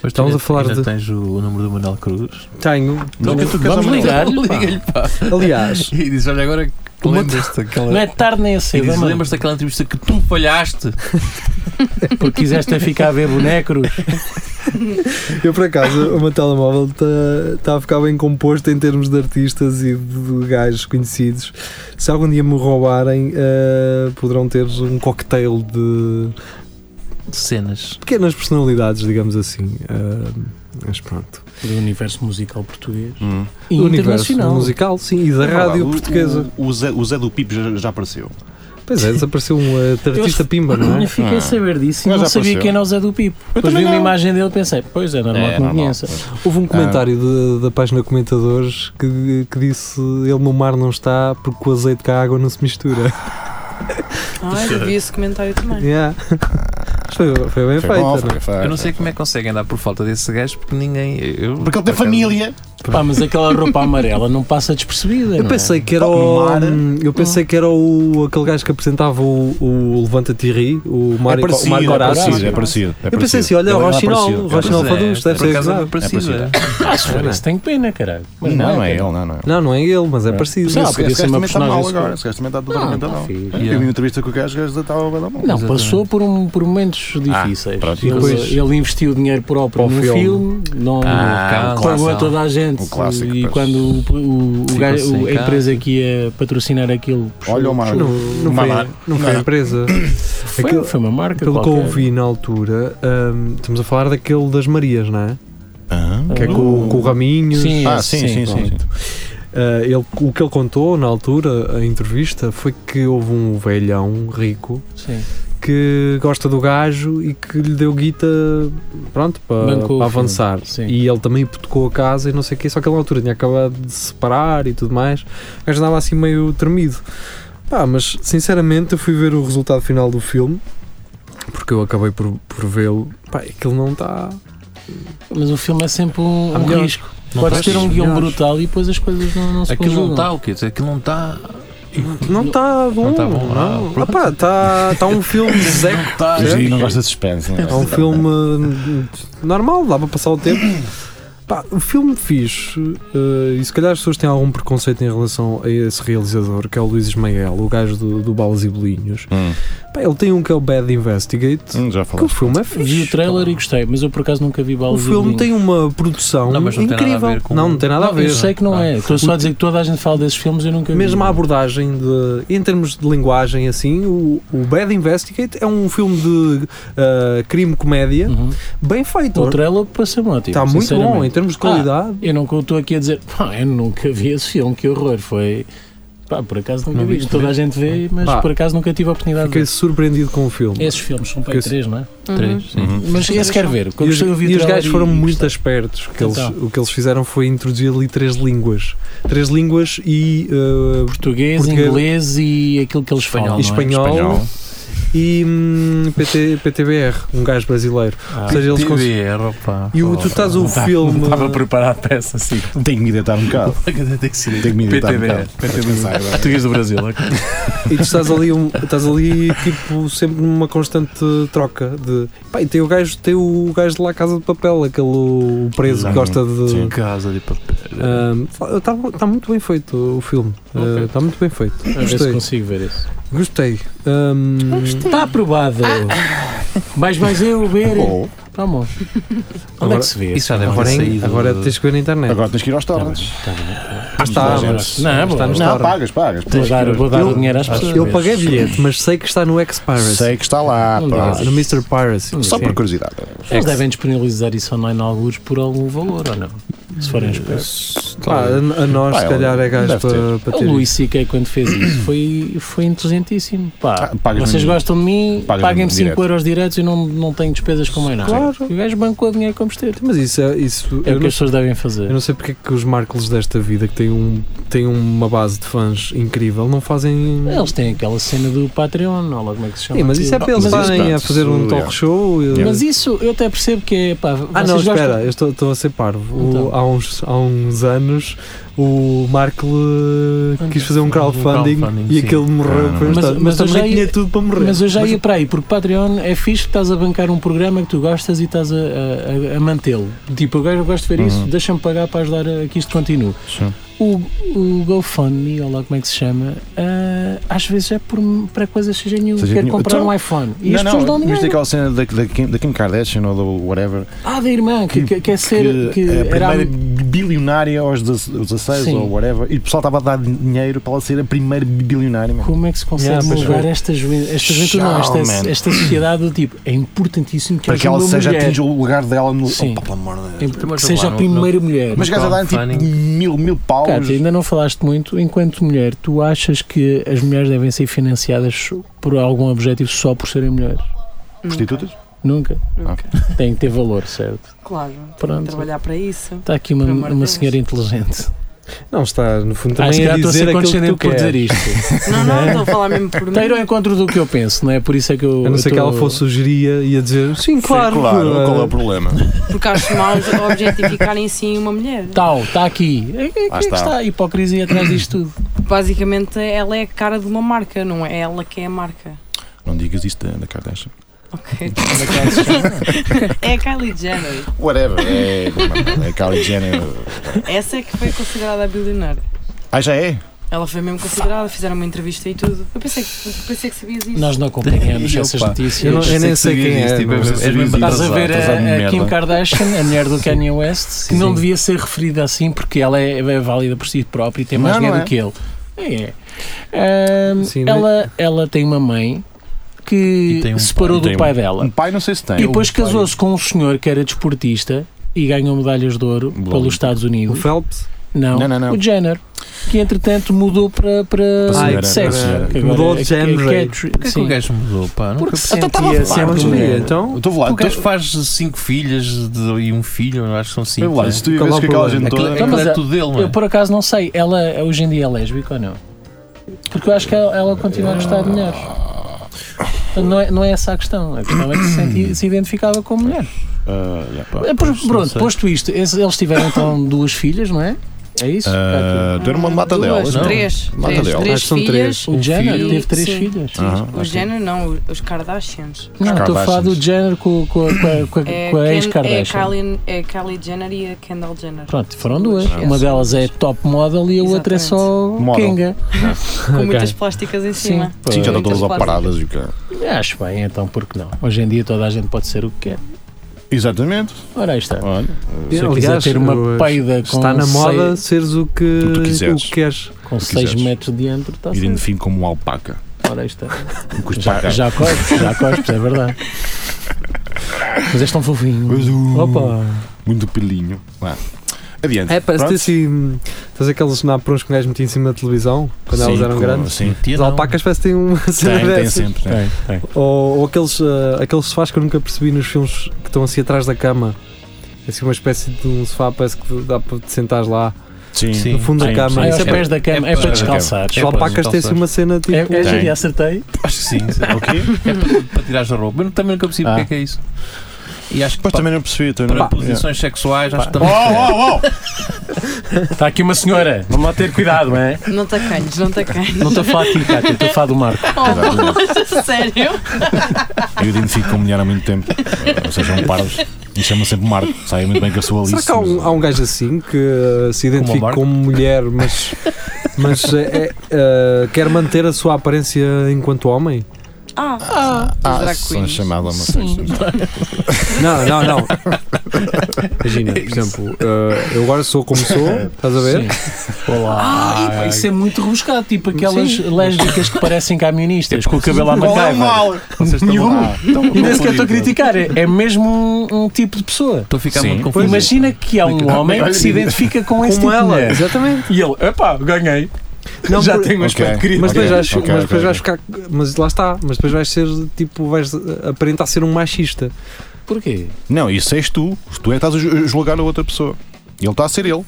Speaker 3: Mas tu
Speaker 2: Estamos
Speaker 3: ainda-
Speaker 2: a falar
Speaker 3: ainda
Speaker 2: de-
Speaker 3: tens o, o número do Manuel Cruz.
Speaker 2: Tenho,
Speaker 4: Não,
Speaker 3: que tu queres
Speaker 5: vamos
Speaker 3: ao Manuel?
Speaker 5: ligar-lhe, pá.
Speaker 3: Liga-lhe, pá.
Speaker 2: aliás,
Speaker 3: E diz: Olha, agora que
Speaker 2: Uma-
Speaker 3: lembras-te daquela.
Speaker 5: Não é tarde nem é
Speaker 3: E
Speaker 5: cedo,
Speaker 3: diz,
Speaker 5: mano,
Speaker 3: lembras-te daquela entrevista que tu falhaste?
Speaker 5: porque quiseste ficar a ver bonecos.
Speaker 2: eu por acaso, o meu telemóvel está tá a ficar bem composto em termos de artistas e de, de gajos conhecidos. Se algum dia me roubarem, ah, poderão ter um cocktail de
Speaker 3: Cenas.
Speaker 2: pequenas personalidades, digamos assim. Ah, mas pronto.
Speaker 5: Do universo musical português
Speaker 4: Hum.
Speaker 5: e
Speaker 2: Do
Speaker 5: internacional.
Speaker 2: musical, sim, e da rádio
Speaker 4: O-
Speaker 2: portuguesa.
Speaker 4: O, o Zé, o Zé do Pipo já, já apareceu.
Speaker 2: Pois é, desapareceu um eh, artista pimba, não é?
Speaker 5: Eu fiquei a saber disso e
Speaker 4: Mas
Speaker 5: não
Speaker 4: já
Speaker 5: sabia
Speaker 4: apareceu.
Speaker 5: quem era o Zé do Pipo. Depois
Speaker 4: também
Speaker 5: vi uma
Speaker 4: não.
Speaker 5: imagem dele e pensei, pois é normal que me
Speaker 4: normal.
Speaker 5: conheça.
Speaker 2: Houve um comentário de- da página de Comentadores que, que disse ele no mar não está porque o azeite com a água não se mistura.
Speaker 6: Ai, eu vi esse comentário também.
Speaker 2: Yeah. Foi, foi bem feita.
Speaker 4: bom,
Speaker 2: não é?
Speaker 4: foi, foi,
Speaker 3: Eu não
Speaker 4: foi.
Speaker 3: sei como é que conseguem dar por falta desse gajo porque ninguém. Eu,
Speaker 4: Porque ele tem família.
Speaker 5: Pá, mas aquela roupa amarela não passa despercebida.
Speaker 2: Eu
Speaker 5: não é?
Speaker 2: pensei que era o. hum, Eu pensei que era o aquele gajo que apresentava o, o Levanta Tirri, o
Speaker 4: É
Speaker 2: Mário
Speaker 4: parecido,
Speaker 2: Mário
Speaker 4: é parecido,
Speaker 2: Horácio.
Speaker 4: é parecido. é
Speaker 2: Eu pensei assim,
Speaker 4: parecido.
Speaker 2: olha,
Speaker 4: Ele é
Speaker 2: Rochinol,
Speaker 4: parecido, é
Speaker 2: Rochinol.
Speaker 4: parecido.
Speaker 3: Pois
Speaker 2: Faduz, deve
Speaker 3: por
Speaker 2: ser
Speaker 3: acaso
Speaker 2: exato.
Speaker 3: não precisa.
Speaker 5: Ah, se for isso, tem pena, caralho.
Speaker 4: Mas não, é ele, não, não.
Speaker 2: Não, não é ele, mas é parecido.
Speaker 5: Sim,
Speaker 4: Não,
Speaker 5: esse-
Speaker 4: porque esse
Speaker 5: esse
Speaker 4: gajo
Speaker 5: é uma
Speaker 4: também está
Speaker 5: personagem
Speaker 4: mal
Speaker 5: esse
Speaker 4: agora.
Speaker 5: gajo.
Speaker 4: Esse gajo também está
Speaker 2: Ah,
Speaker 4: totalmente
Speaker 5: Não,
Speaker 4: mal.
Speaker 5: tá fixe.
Speaker 4: Eu vi uma entrevista com o gajo, o gajo estava bem da mão.
Speaker 5: Não,
Speaker 3: Exatamente.
Speaker 5: passou por, um- por momentos difíceis.
Speaker 4: Ah, pronto.
Speaker 5: ele,
Speaker 2: E depois-
Speaker 5: ele investiu dinheiro próprio
Speaker 2: Para o
Speaker 5: no
Speaker 2: filme.
Speaker 5: filme, não
Speaker 3: Ah,
Speaker 5: pagou a
Speaker 3: clássico.
Speaker 5: toda a gente.
Speaker 4: Um clássico,
Speaker 5: e
Speaker 4: pois.
Speaker 5: quando o, o- o
Speaker 3: Ficou
Speaker 5: gajo-
Speaker 3: sem
Speaker 5: a
Speaker 3: casa.
Speaker 5: empresa que ia patrocinar aquilo puxou-
Speaker 4: Olha o
Speaker 2: Não,
Speaker 4: Mário.
Speaker 2: não foi,
Speaker 4: Mamar.
Speaker 2: não é foi a empresa.
Speaker 5: foi,
Speaker 2: Aquilo-
Speaker 5: foi uma marca.
Speaker 2: Pelo que eu
Speaker 5: qualquer.
Speaker 2: ouvi na altura, hum, estamos a falar daquele das Marias, não é?
Speaker 4: Ah,
Speaker 2: Que é com, com o Raminhos.
Speaker 5: Sim,
Speaker 4: Ah, sim, sim, sim. sim.
Speaker 2: Ah, ele- o que ele contou na altura, a entrevista, foi que houve um velhão rico
Speaker 5: sim.
Speaker 2: que gosta do gajo e que lhe deu guita pronto para,
Speaker 5: Bancou o
Speaker 2: para
Speaker 5: filme,
Speaker 2: avançar.
Speaker 5: sim.
Speaker 2: E ele também hipotecou a casa e não sei o quê, só que ele na altura tinha acabado de se separar e tudo mais. O gajo andava assim meio tremido. Pá, mas sinceramente eu fui ver o resultado final do filme porque eu acabei por, por vê-lo. Pá, aquilo não tá, está.
Speaker 5: Mas o filme é sempre um,
Speaker 2: Há
Speaker 5: um
Speaker 2: melhores.
Speaker 5: risco.
Speaker 3: Não
Speaker 5: Podes
Speaker 3: faz
Speaker 5: ter um guião
Speaker 2: melhores. tá
Speaker 5: brutal e depois as coisas não, não se
Speaker 3: Aquilo não
Speaker 5: conjugam.
Speaker 3: está o quê? Aquilo não tá está.
Speaker 2: Não está bom.
Speaker 3: tá bom,
Speaker 2: não.
Speaker 3: ah, pronto.
Speaker 2: Ah, pá, tá, tá um filme zeco.
Speaker 4: O
Speaker 2: Sim.
Speaker 4: Jiri não gosta de suspense. né? não
Speaker 2: É um
Speaker 4: gosta.
Speaker 2: filme hum, normal, dá para passar o tempo. Pá, o filme fixe, eh, e se calhar as pessoas têm algum preconceito em relação a esse realizador, que é o Luís Ismael, o gajo do, do Balas e Bolinhos.
Speaker 4: Hum,
Speaker 2: Pá, ele tem um que é o Bad Investigate,
Speaker 4: hum, já
Speaker 2: que o
Speaker 4: falaste.
Speaker 2: filme é
Speaker 5: Vi o
Speaker 2: fixe.
Speaker 5: trailer e gostei, mas eu por acaso nunca vi
Speaker 2: O
Speaker 5: balas de
Speaker 2: filme
Speaker 5: Bolinho.
Speaker 2: tem uma produção
Speaker 3: Não, mas não tem nada a
Speaker 2: incrível.
Speaker 3: ver com-
Speaker 2: Não, não tem nada a
Speaker 5: Não,
Speaker 2: ver.
Speaker 5: eu sei que não
Speaker 3: Ah.
Speaker 5: é. Estou só a dizer que toda a gente fala desses filmes e eu nunca vi.
Speaker 2: Mesmo a abordagem, de, em termos de linguagem, assim, o, o Bad Investigate é um filme de ah, crime-comédia
Speaker 5: Uhum.
Speaker 2: bem feito.
Speaker 5: O trailer pareceu-me ótimo.
Speaker 2: Está Tá muito
Speaker 5: sinceramente.
Speaker 2: bom, então. em termos de
Speaker 5: Ah,
Speaker 2: qualidade.
Speaker 5: Eu não estou aqui a dizer, pá, eu nunca vi esse filme, que horror. Foi. Pá, por acaso nunca
Speaker 3: Não
Speaker 5: vi.
Speaker 3: viste né?
Speaker 5: Toda a gente vê, mas
Speaker 2: Pá.
Speaker 5: por acaso nunca tive a oportunidade de
Speaker 2: Fiquei
Speaker 5: ver.
Speaker 2: surpreendido com o filme.
Speaker 5: Esses filmes são para
Speaker 2: Fiquei- assim. Hum.
Speaker 5: aí três, não é?
Speaker 3: Três. sim.
Speaker 4: Uhum.
Speaker 5: Mas esse quero ver. que eu
Speaker 2: E os,
Speaker 5: gostei, eu vi o
Speaker 2: e os
Speaker 5: trailer
Speaker 2: gajos foram
Speaker 5: e
Speaker 2: muito
Speaker 5: gostei.
Speaker 2: espertos. Que eles-
Speaker 5: Então.
Speaker 2: o que eles fizeram foi introduzir ali três línguas. Três línguas e, uh,
Speaker 5: Português,
Speaker 2: Português.
Speaker 5: inglês e aquilo que eles
Speaker 3: Espanhol,
Speaker 5: falam.
Speaker 2: e
Speaker 5: não é?
Speaker 2: espanhol, e hum, PT, PTBR, um gajo brasileiro.
Speaker 5: Ah.
Speaker 2: Ou seja, eles cons-
Speaker 3: é,
Speaker 2: E o, tu estás o filme.
Speaker 3: Estava a preparar a peça assim.
Speaker 4: Tenho que me deitar um bocado.
Speaker 3: Tem que ser.
Speaker 4: Tenho que me deitar um
Speaker 3: PTBR.
Speaker 4: bocado. PTBR.
Speaker 3: Português do Brasil.
Speaker 2: E tu estás ali, um- estás ali tipo, sempre numa constante troca de. Pá, e tem o gajo, tem o gajo de lá Casa de Papel, aquele preso que tipo,
Speaker 4: Exatamente.
Speaker 2: gosta de.
Speaker 4: Sim.
Speaker 3: Casa de papel.
Speaker 2: Está tá muito bem feito o filme.
Speaker 5: Ok.
Speaker 2: Está muito bem feito.
Speaker 5: A ver se
Speaker 2: Gostei.
Speaker 5: consigo ver esse.
Speaker 2: Gostei. Hum,
Speaker 5: Está aprovado.
Speaker 2: Ah.
Speaker 5: Mais mais eu ver.
Speaker 4: Bom,
Speaker 5: Tá bom. Onde é
Speaker 2: Agora-
Speaker 5: que se vê?
Speaker 3: Isso já deve
Speaker 2: agora,
Speaker 3: ter
Speaker 2: em-
Speaker 3: saído.
Speaker 2: agora tens que ver na internet.
Speaker 4: agora tens que ir aos torrents.
Speaker 2: Ah, está,
Speaker 4: Agora-
Speaker 2: mas
Speaker 5: Não, é bom.
Speaker 2: está nos
Speaker 4: Não,
Speaker 2: torrents.
Speaker 4: pagas, pagas.
Speaker 5: Vou dar, vou dar
Speaker 2: Eu-
Speaker 5: o dinheiro às pessoas.
Speaker 2: Eu paguei bilhete, mas sei que está no X-Pirates.
Speaker 4: Sei que está lá.
Speaker 5: Não
Speaker 4: pá.
Speaker 5: dá.
Speaker 2: No Mr. Piracy.
Speaker 4: Só
Speaker 2: Sim.
Speaker 4: por curiosidade.
Speaker 2: É
Speaker 5: Eles devem disponibilizar isso online a alguns por algum valor ou não? Se
Speaker 2: Eh,
Speaker 5: forem espertos.
Speaker 2: Pá, a, a nós,
Speaker 4: Pá,
Speaker 2: se calhar, é gajo
Speaker 4: deve
Speaker 2: para, para
Speaker 5: O
Speaker 2: ter.
Speaker 5: Luís C.K. quando fez isso foi, foi inteligentíssimo. Pá,
Speaker 4: Ah, pagas-me
Speaker 5: vocês
Speaker 4: no-
Speaker 5: gostam de mim,
Speaker 4: pagas-me
Speaker 5: paguem-me
Speaker 4: no
Speaker 5: 5
Speaker 4: direto.
Speaker 5: euros diretos e não, não tenho despesas com mais nada.
Speaker 2: Claro.
Speaker 5: E o gajo bancou o dinheiro como esteve.
Speaker 2: Mas isso é. Isso,
Speaker 5: É
Speaker 2: eu,
Speaker 5: o que
Speaker 2: não,
Speaker 5: as pessoas devem
Speaker 2: eu
Speaker 5: fazer.
Speaker 2: não sei porque é que os Marcos desta vida, que têm, um, têm uma base de fãs incrível, não fazem.
Speaker 5: Eles têm aquela cena do Patreon, ou lá como é que se chama.
Speaker 2: Sim, mas isso é
Speaker 5: aquilo.
Speaker 2: para eles
Speaker 4: Mas isso,
Speaker 2: estarem a
Speaker 4: pronto,
Speaker 2: fazer um
Speaker 4: isso,
Speaker 2: talk
Speaker 4: é.
Speaker 2: show. eh,
Speaker 5: Mas isso eu até percebo que é. Pá,
Speaker 2: Ah
Speaker 5: vocês
Speaker 2: não,
Speaker 5: gostam-
Speaker 2: espera, eu estou, estou a ser parvo. O-
Speaker 5: Então.
Speaker 2: há, uns, há uns anos o Marco eh, quis fazer um crowdfunding,
Speaker 3: Um crowdfunding,
Speaker 2: e
Speaker 3: sim.
Speaker 2: aquele morreu.
Speaker 4: Ah,
Speaker 2: foi um
Speaker 5: mas-
Speaker 2: estado- mas
Speaker 5: mas eu
Speaker 2: também
Speaker 5: já ia-
Speaker 2: tinha tudo para morrer.
Speaker 5: Mas eu já ia para aí, porque Patreon é fixe que estás a bancar um programa que tu gostas e estás a, a- a- a mantê-lo. Tipo, eu gosto de ver
Speaker 4: Uhum.
Speaker 5: isso, deixa-me pagar para ajudar a, a que isto continue.
Speaker 4: Sim.
Speaker 5: O, o GoFundMe, ou lá como é que se chama, ah, às vezes é por, para coisas seja nenhum.
Speaker 4: Seja
Speaker 5: Quero
Speaker 4: nenhum.
Speaker 5: comprar
Speaker 4: Então-
Speaker 5: um iPhone. E as pessoas dão
Speaker 4: viste
Speaker 5: dinheiro.
Speaker 4: aquela cena da, da, Kim, da Kim Kardashian ou do whatever,
Speaker 5: Ah, da irmã, que, que, quer ser. Que,
Speaker 4: é a
Speaker 5: era a-
Speaker 4: primeira bilionária aos 16
Speaker 5: Sim.
Speaker 4: ou whatever, e o pessoal estava a dar dinheiro para ela ser a primeira bilionária. meu.
Speaker 5: Como é que se consegue
Speaker 2: Yeah, pois
Speaker 5: mudar
Speaker 2: foi.
Speaker 5: esta juventude? Esta juventude não,
Speaker 4: Tchau,
Speaker 5: esta,
Speaker 4: man.
Speaker 5: esta sociedade do tipo, é importantíssimo que
Speaker 4: Para que
Speaker 5: haja
Speaker 4: ela
Speaker 5: uma
Speaker 4: seja
Speaker 5: mulher.
Speaker 4: atinja o lugar dela no.
Speaker 5: Sim.
Speaker 4: Opa, pelo amor de Deus.
Speaker 5: Que
Speaker 3: Mas
Speaker 5: seja
Speaker 3: lá,
Speaker 5: a
Speaker 3: não-
Speaker 5: primeira mulher.
Speaker 4: Mas gajas a dar tipo
Speaker 3: crowdfunding.
Speaker 4: mil, mil paus.
Speaker 5: Cátia, ainda não falaste muito. Enquanto mulher, tu achas que as mulheres devem ser financiadas por algum objetivo só por serem mulheres?
Speaker 6: Uhum.
Speaker 4: Prostitutas?
Speaker 5: Nunca.
Speaker 6: Nunca.
Speaker 5: Tem que ter valor, certo?
Speaker 6: Claro,
Speaker 5: Pronto.
Speaker 6: trabalhar para isso.
Speaker 5: Está aqui uma,
Speaker 6: Pelo amor de
Speaker 5: uma
Speaker 6: Deus.
Speaker 5: senhora inteligente.
Speaker 2: Não, está, no fundo,
Speaker 5: Ah, se
Speaker 2: também a
Speaker 5: calhar estou a
Speaker 2: dizer
Speaker 5: ser
Speaker 2: aquilo que
Speaker 5: condescendente
Speaker 2: tu
Speaker 5: por dizer
Speaker 2: queres.
Speaker 5: isto.
Speaker 6: Não, não, estou a falar mesmo por mim.
Speaker 5: Está a ir ao encontro do que eu penso, não é? Por isso é que eu.
Speaker 2: A não ser que
Speaker 5: estou-
Speaker 2: ela fosse sugeria e ia dizer sim, claro.
Speaker 4: Sim, claro.
Speaker 2: claro.
Speaker 4: Qual é o problema?
Speaker 6: Porque acho mal objetificarem assim uma mulher.
Speaker 5: Tal, está aqui. É, é, que é que
Speaker 4: está.
Speaker 5: está a hipocrisia atrás disto tudo.
Speaker 6: Basicamente, ela é a cara de uma marca, não é ela que é a marca.
Speaker 4: Não digas isto da, da Kardashian.
Speaker 6: Ok. é a Kylie Jenner.
Speaker 4: Whatever. É, é Kylie Jenner.
Speaker 6: Essa é que foi considerada a bilionária.
Speaker 4: Ah, já é?
Speaker 6: Ela foi mesmo considerada, fizeram uma entrevista e tudo. Eu pensei que, eu pensei que sabias isso.
Speaker 5: Nós não acompanhamos
Speaker 3: Eu,
Speaker 5: essas
Speaker 3: pá,
Speaker 5: notícias.
Speaker 2: eu não- eu nem sei
Speaker 3: tu
Speaker 2: quem
Speaker 3: dizes,
Speaker 2: é.
Speaker 3: tipo,
Speaker 2: não-
Speaker 3: é mesmo- é mesmo
Speaker 5: Estás a
Speaker 4: Exato,
Speaker 5: ver
Speaker 4: estás a ver
Speaker 5: a, a
Speaker 4: merda.
Speaker 5: Kim Kardashian, a mulher do Kanye West, que não
Speaker 3: sim.
Speaker 5: devia ser referida assim porque ela é, é válida por si própria e tem mais
Speaker 4: Não,
Speaker 5: dinheiro
Speaker 4: não
Speaker 5: do que ele. É. Ahm,
Speaker 2: Sim, não é?
Speaker 5: ela, ela tem uma mãe que
Speaker 3: E tem um
Speaker 5: se separou
Speaker 4: pai.
Speaker 5: do
Speaker 4: Tem
Speaker 5: pai dela
Speaker 4: Um pai não sei se tem.
Speaker 5: e depois
Speaker 3: um pai.
Speaker 5: casou-se com um senhor que era desportista e ganhou medalhas de ouro
Speaker 4: Blonde.
Speaker 5: pelos Estados
Speaker 2: O
Speaker 5: Unidos.
Speaker 2: Phelps
Speaker 5: Não,
Speaker 4: Um, Não, não, não.
Speaker 5: o Jenner, que entretanto mudou para, para
Speaker 2: senhora,
Speaker 4: Para
Speaker 5: sexo.
Speaker 4: para senhora.
Speaker 5: Que agora
Speaker 2: Mudou
Speaker 5: é-
Speaker 2: de
Speaker 5: que é-
Speaker 2: género.
Speaker 5: que é tri-
Speaker 3: Porquê que o
Speaker 5: sim.
Speaker 3: gajo mudou? Pá, nunca
Speaker 5: Porque
Speaker 3: percebi.
Speaker 5: sentia
Speaker 2: é
Speaker 5: sempre
Speaker 2: mas
Speaker 5: um-
Speaker 2: vê, então.
Speaker 4: Estou lá.
Speaker 3: O gajo
Speaker 4: Estou
Speaker 3: faz cinco filhas de- e um filho, eu acho que são cinco.
Speaker 4: lá.
Speaker 3: né?
Speaker 4: Se tu ia
Speaker 2: Qual
Speaker 4: ver
Speaker 2: é o
Speaker 4: se aquela
Speaker 2: problema?
Speaker 4: gente
Speaker 3: Aquilo,
Speaker 4: toda.
Speaker 5: Então,
Speaker 3: aquilo
Speaker 5: mas
Speaker 3: é
Speaker 5: é-
Speaker 3: tudo dele, não é?
Speaker 5: Eu por acaso não sei, ela hoje em dia é lésbica ou não? Porque eu acho que ela, ela continua a gostar de mulheres. Portanto, Não é, não é essa a questão. A questão é que se, senti- se identificava como mulher.
Speaker 4: Ah, já, pá.
Speaker 5: É, por- pronto,
Speaker 3: sei.
Speaker 5: posto isto, esse- eles tiveram então duas filhas, não é? É isso?
Speaker 4: Ah, Deu uma mata
Speaker 6: Duas,
Speaker 4: delas. não?
Speaker 6: três.
Speaker 4: Mata
Speaker 6: Três,
Speaker 4: dela.
Speaker 6: três
Speaker 2: Acho que são
Speaker 6: filhas.
Speaker 2: três.
Speaker 5: o
Speaker 3: um
Speaker 5: Jenner
Speaker 6: filho.
Speaker 5: teve três
Speaker 6: Sim.
Speaker 5: filhas.
Speaker 4: Aham,
Speaker 6: Os Jenner não, os Kardashians.
Speaker 5: Não, estou a falar do
Speaker 4: Kardashians.
Speaker 5: Jenner com, com, a- com a- com a,
Speaker 6: É,
Speaker 5: com a
Speaker 6: Ken- é,
Speaker 5: ex-Kardashian.
Speaker 6: Kylie, é Kylie Jenner e a Kendall Jenner.
Speaker 5: Pronto, foram duas.
Speaker 6: Duas,
Speaker 5: Uma
Speaker 6: yes.
Speaker 5: delas é top model e a outra é só
Speaker 4: Model.
Speaker 5: Kenga.
Speaker 6: Com muitas plásticas em cima.
Speaker 4: Sim, já estão
Speaker 6: Muitas
Speaker 4: todas
Speaker 6: plásticas.
Speaker 4: operadas e o cara.
Speaker 5: Acho bem, então por que não? Hoje em dia toda a gente pode ser o que quer.
Speaker 4: Exatamente.
Speaker 5: Ora, aí está.
Speaker 4: Olha.
Speaker 5: Se eu quiser ter uma peida com,
Speaker 2: Está na moda
Speaker 5: seis,
Speaker 2: seres o que
Speaker 4: tu
Speaker 2: o
Speaker 4: quiseres.
Speaker 2: que queres.
Speaker 5: com
Speaker 4: se
Speaker 5: 6
Speaker 4: quiseres.
Speaker 5: metros de diâmetro, está certo.
Speaker 4: Identifico como uma alpaca.
Speaker 5: Ora, aí está.
Speaker 4: Um custo
Speaker 5: Já, já cospes, já cospes, é verdade. Mas és tão fofinho.
Speaker 4: Opa.
Speaker 2: Hum.
Speaker 5: Opa!
Speaker 4: Muito pelinho. Vá. Adiante.
Speaker 2: É, parece ter
Speaker 4: Pronto.
Speaker 2: assim. Estás aqueles naprons que um gajo metia em cima da televisão quando
Speaker 4: Sim,
Speaker 2: elas eram
Speaker 4: com-
Speaker 2: grandes?
Speaker 4: Sim.
Speaker 3: Tia
Speaker 2: As
Speaker 3: não.
Speaker 2: alpacas parece que têm uma cena
Speaker 4: Tem, tem
Speaker 2: dessas.
Speaker 4: sempre. né? tem.
Speaker 5: Tem, tem.
Speaker 2: Ou, ou aqueles, ah, aqueles sofás que eu nunca percebi nos filmes que estão assim atrás da cama. É Assim, uma espécie de um sofá, parece que dá para te sentares lá.
Speaker 4: É. Sim.
Speaker 3: Sim.
Speaker 2: No fundo da
Speaker 5: Ai,
Speaker 2: cama.
Speaker 5: ai,
Speaker 2: As
Speaker 5: aos
Speaker 3: é-
Speaker 5: pés da cama,
Speaker 3: é-
Speaker 5: é para
Speaker 3: é-
Speaker 5: descalçar.
Speaker 3: é-
Speaker 2: alpacas têm assim uma cena tipo.
Speaker 5: É, é,
Speaker 4: Tem.
Speaker 5: giro, acertei.
Speaker 3: Acho que sim. sim.
Speaker 4: Ok.
Speaker 3: é para, para tirar a roupa. Eu também nunca percebi
Speaker 5: Ah.
Speaker 3: o que é que é isso. E acho que
Speaker 4: Depois
Speaker 3: pa-
Speaker 4: também não percebi. Então,
Speaker 3: para
Speaker 4: não...
Speaker 3: posições sexuais, acho que
Speaker 4: Oh,
Speaker 3: também. é.
Speaker 4: oh, oh!
Speaker 5: Está aqui uma senhora, vamos lá ter cuidado, não é?
Speaker 6: Não te acanhes, não te acanhes.
Speaker 5: Não estou a falar de ti, Cátia, estou a falar do Marco.
Speaker 4: Exatamente.
Speaker 6: Sério?
Speaker 4: Eu identifico com mulher há muito tempo. Ou seja, um parvos. E chama sempre Marco. Sai muito bem com a sua lista.
Speaker 2: Será que há um, há um gajo assim que ah, se identifica
Speaker 3: Marco?
Speaker 2: como mulher, mas, mas é, é, ah, quer manter a sua aparência enquanto homem?
Speaker 6: Ah, os
Speaker 4: Ah,
Speaker 6: drag
Speaker 4: são
Speaker 6: queens.
Speaker 4: chamadas uma
Speaker 2: Então, Não, não, É não. Imagina, por exemplo, ah, eu agora sou como sou, estás a ver?
Speaker 5: Ah, e- isso é muito rebuscado, tipo aquelas
Speaker 2: Sim.
Speaker 5: lésbicas que parecem camionistas, com É o cabelo à macaiva.
Speaker 4: Vocês estão
Speaker 5: Nenhum.
Speaker 2: ah,
Speaker 4: lá.
Speaker 2: então
Speaker 4: Estão
Speaker 5: E nem sequer estou a
Speaker 4: confundidos.
Speaker 5: criticar, é é mesmo um, um tipo de pessoa.
Speaker 3: Estou a ficar
Speaker 4: Sim. é.
Speaker 3: muito
Speaker 5: Pois
Speaker 3: confuso.
Speaker 5: Imagina que há um homem que se
Speaker 4: olha,
Speaker 5: identifica com esse
Speaker 2: Como
Speaker 5: tipo de
Speaker 2: ela,
Speaker 5: mulher.
Speaker 2: exatamente.
Speaker 5: E ele, epá, ganhei.
Speaker 2: Não,
Speaker 5: Já
Speaker 2: por-
Speaker 5: tenho um
Speaker 4: Ok.
Speaker 5: aspecto querido.
Speaker 2: Mas
Speaker 4: Ok,
Speaker 2: depois, vais,
Speaker 4: ok,
Speaker 2: mas depois
Speaker 4: ok,
Speaker 2: vais ficar. Mas lá está. Mas depois vais ser tipo. Vais aparentar ser um machista.
Speaker 5: Porquê?
Speaker 4: Não, isso és tu. Tu é que estás a ju- julgar a outra pessoa. Ele está a ser ele.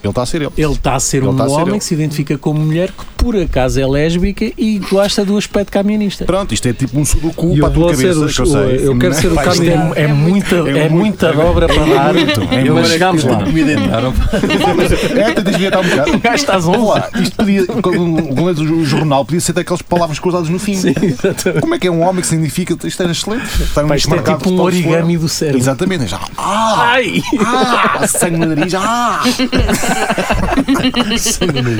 Speaker 4: Ele está a ser ele.
Speaker 5: Ele está a ser
Speaker 4: Ele
Speaker 5: um
Speaker 4: está a ser
Speaker 5: homem
Speaker 4: ele.
Speaker 5: que se identifica como mulher que por acaso é lésbica e gosta do aspecto camionista.
Speaker 4: Pronto, isto é tipo um sudoku
Speaker 2: E eu
Speaker 4: para a tua
Speaker 2: vou ser
Speaker 4: cabeça.
Speaker 2: os-
Speaker 4: que eu sei.
Speaker 2: o- eu quero ser o
Speaker 4: Pá, isto
Speaker 5: Isto
Speaker 4: é-
Speaker 2: caminho.
Speaker 5: é, é muita, é,
Speaker 4: muito-
Speaker 5: muita dobra para dar.
Speaker 4: muito, é
Speaker 5: mas
Speaker 4: muito.
Speaker 5: chegámos lá.
Speaker 3: Me identificaram.
Speaker 4: É, até desviar está um bocado.
Speaker 5: O gajo está a
Speaker 4: Vamos lá, isto podia, quando quando lês o jornal, podia ser daquelas palavras cruzadas no fim.
Speaker 5: exatamente.
Speaker 4: Como é que é um homem que significa isto era excelente? Está
Speaker 5: Pá, Isto é
Speaker 4: marcado
Speaker 5: tipo um
Speaker 4: por todos
Speaker 5: origami
Speaker 4: fora.
Speaker 5: do cérebro.
Speaker 4: Exatamente, já. Ah!
Speaker 5: Ai!
Speaker 4: Ah! Sangue no nariz, ah!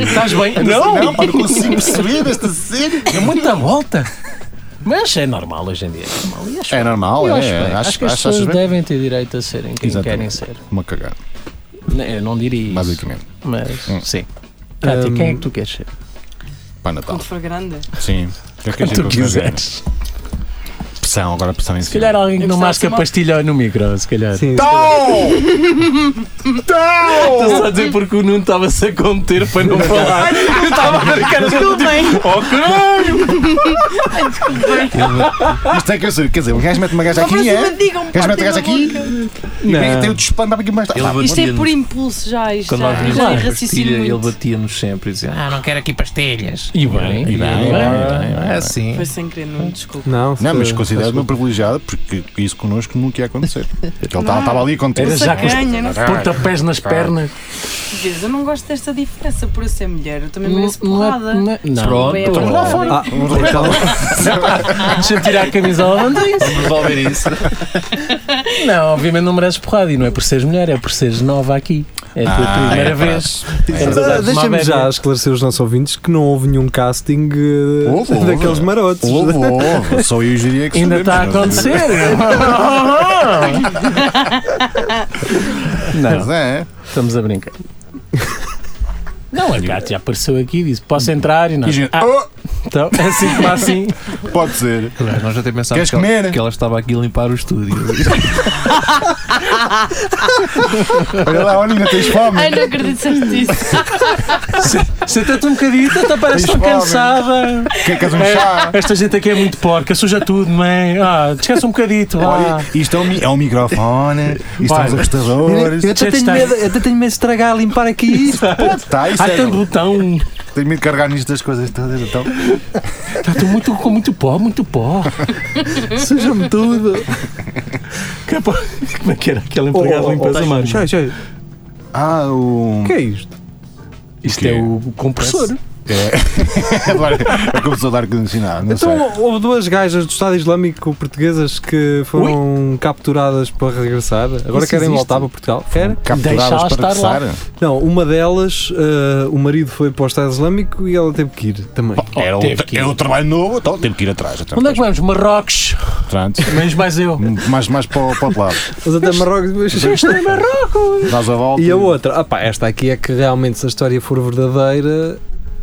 Speaker 5: Estás bem?
Speaker 4: Não, não, pá, não consigo perceber esta série.
Speaker 5: É muita volta. Mas é normal hoje em dia. É normal. E acho
Speaker 4: É normal,
Speaker 5: Eu
Speaker 4: é.
Speaker 5: acho, bem.
Speaker 4: acho,
Speaker 5: acho que as
Speaker 4: acho-
Speaker 5: pessoas
Speaker 4: achas bem?
Speaker 5: devem ter direito a serem quem querem
Speaker 4: Exatamente.
Speaker 5: ser.
Speaker 4: Uma cagada,
Speaker 5: Não, Eu não diria isso,
Speaker 4: basicamente.
Speaker 5: mas
Speaker 4: Hum.
Speaker 5: sim. Cátia,
Speaker 2: Hum.
Speaker 5: quem é que tu queres ser?
Speaker 4: Para
Speaker 6: Quando
Speaker 4: Natal.
Speaker 6: for grande.
Speaker 4: Sim. Eu quero
Speaker 5: Tu
Speaker 4: dizer que eu
Speaker 5: quiseres.
Speaker 4: Pressão, agora pressão em
Speaker 5: Se
Speaker 4: cima.
Speaker 5: calhar alguém que
Speaker 6: Eu
Speaker 5: não
Speaker 6: gostava de
Speaker 5: masca
Speaker 6: ser uma-
Speaker 5: pastilha no micro, se calhar.
Speaker 2: Sim,
Speaker 4: Tão!
Speaker 5: Estou só a dizer porque o Nuno estava-se a conter para não falar. Eu estava a ver caras dele, tipo, oh caralho!
Speaker 6: Desculpem.
Speaker 4: Isto é que eu sei. Quer dizer, o gajo mete uma gaja
Speaker 6: Só para
Speaker 4: aqui,
Speaker 6: cima,
Speaker 4: é?
Speaker 6: digam-me.
Speaker 4: Queres
Speaker 6: partem
Speaker 4: meter gajo
Speaker 6: a
Speaker 4: aqui?
Speaker 6: boca.
Speaker 4: E vem- tem o desplano para aqui mais
Speaker 3: Ele
Speaker 4: tarde.
Speaker 3: vai-
Speaker 6: Isto é por
Speaker 3: Batia-nos.
Speaker 6: impulso já. Isto
Speaker 3: Quando lá
Speaker 6: já,
Speaker 3: vinha
Speaker 6: já é
Speaker 3: uma
Speaker 6: raciocínio
Speaker 3: pastilha, ele
Speaker 6: muito.
Speaker 3: batia-nos sempre e dizia: Ah, não quero aqui pastilhas.
Speaker 5: E bem,
Speaker 4: E bem, bem,
Speaker 5: bem.
Speaker 4: bem,
Speaker 3: É
Speaker 4: bem.
Speaker 3: assim.
Speaker 6: Foi sem querer, não desculpa.
Speaker 2: Não,
Speaker 4: Não, mas
Speaker 2: eh,
Speaker 4: considero-me privilegiado porque isso connosco nunca ia acontecer. Ele estava estava ali contigo.
Speaker 5: Era já com os
Speaker 6: Ganha, não sei.
Speaker 5: Pontapés nas
Speaker 4: Claro.
Speaker 5: pernas.
Speaker 6: Vês, Eu não gosto desta diferença por eu ser mulher. Eu também
Speaker 5: Não-
Speaker 6: mereço
Speaker 5: não é-
Speaker 6: porrada.
Speaker 5: não é- Não.
Speaker 3: Pronto,
Speaker 6: Bem,
Speaker 3: vamos
Speaker 6: agora.
Speaker 3: lá fora.
Speaker 2: Ah, então,
Speaker 5: Deixa-me tirar a camisola, não tem isso.
Speaker 3: Vamos resolver isso.
Speaker 5: Não, obviamente não mereces porrada. E não é por seres mulher, é por seres nova aqui. É a tua primeira vez. Tens a dar
Speaker 2: Ah,
Speaker 5: de uma
Speaker 2: Deixa-me
Speaker 5: média.
Speaker 2: já esclarecer os nossos ouvintes que não houve nenhum casting eh,
Speaker 4: Houve, houve.
Speaker 2: daqueles marotos.
Speaker 4: Houve, houve. Só eu diria é que
Speaker 5: Ainda
Speaker 4: sabemos,
Speaker 5: está a
Speaker 4: mas-
Speaker 5: acontecer.
Speaker 4: Mas
Speaker 5: Não,
Speaker 4: é.
Speaker 5: estamos a brincar. Não, a Cátia apareceu aqui e disse: Posso entrar? E não.
Speaker 4: E a gente,
Speaker 5: Ah,
Speaker 4: oh,
Speaker 5: então, é assim como assim.
Speaker 4: pode ser.
Speaker 3: Nós até pensávamos
Speaker 4: Queres
Speaker 3: que ela,
Speaker 4: comer?
Speaker 3: que ela estava aqui a limpar o estúdio.
Speaker 4: Olha lá, olha, ainda tens fome.
Speaker 6: Ai, não acredito que disseste isso.
Speaker 5: Senta-te um bocadinho, até parece tão
Speaker 4: Tens fome.
Speaker 5: cansada.
Speaker 4: Quer queres um chá?
Speaker 5: Esta gente aqui é muito porca, suja tudo, mãe. Ah, descansa um bocadito.
Speaker 4: Olha,
Speaker 5: Lá.
Speaker 4: isto é um, mi- é um microfone, isto
Speaker 5: Olha.
Speaker 4: são os arrastadores.
Speaker 5: até tenho medo- eu
Speaker 2: até tenho medo de estragar, limpar aqui.
Speaker 4: Está, isso
Speaker 5: Há
Speaker 4: é.
Speaker 5: tanto botão.
Speaker 4: Tenho medo de carregar nisto das coisas todas, então.
Speaker 5: Está Tá tudo muito, com muito pó, muito pó.
Speaker 2: Suja-me tudo.
Speaker 5: Que pó- Como é que era aquele empregado
Speaker 4: Tá
Speaker 5: de limpeza, mano?
Speaker 2: Xai, xai.
Speaker 4: Ah, o.
Speaker 2: O que é isto?
Speaker 4: Tá
Speaker 5: Isto é o compressor.
Speaker 4: É. Agora, é como se eu dar que ensinar, não sei.
Speaker 2: Então houve duas gajas do Estado Islâmico portuguesas que foram capturadas para regressar. Agora
Speaker 5: Isso
Speaker 2: querem
Speaker 5: existe?
Speaker 2: voltar para Portugal. Quer?
Speaker 4: Capturadas
Speaker 5: Deixá-la
Speaker 4: para
Speaker 5: estar lá.
Speaker 4: regressar.
Speaker 2: Não, uma delas, eh, o marido foi para o Estado Islâmico e ela teve que ir também.
Speaker 4: Era um,
Speaker 5: Oh, Teve que ir.
Speaker 4: era um trabalho novo, então teve que ir atrás. é Então,
Speaker 5: Onde é que vamos? Marrocos.
Speaker 4: Pronto.
Speaker 5: Menos mais eu.
Speaker 4: Mais, mais para, o- para o outro lado.
Speaker 2: Mas até Marrocos. mas-
Speaker 4: Dás a volta.
Speaker 2: E a outra, ah pá, esta aqui é que realmente, se a história for verdadeira,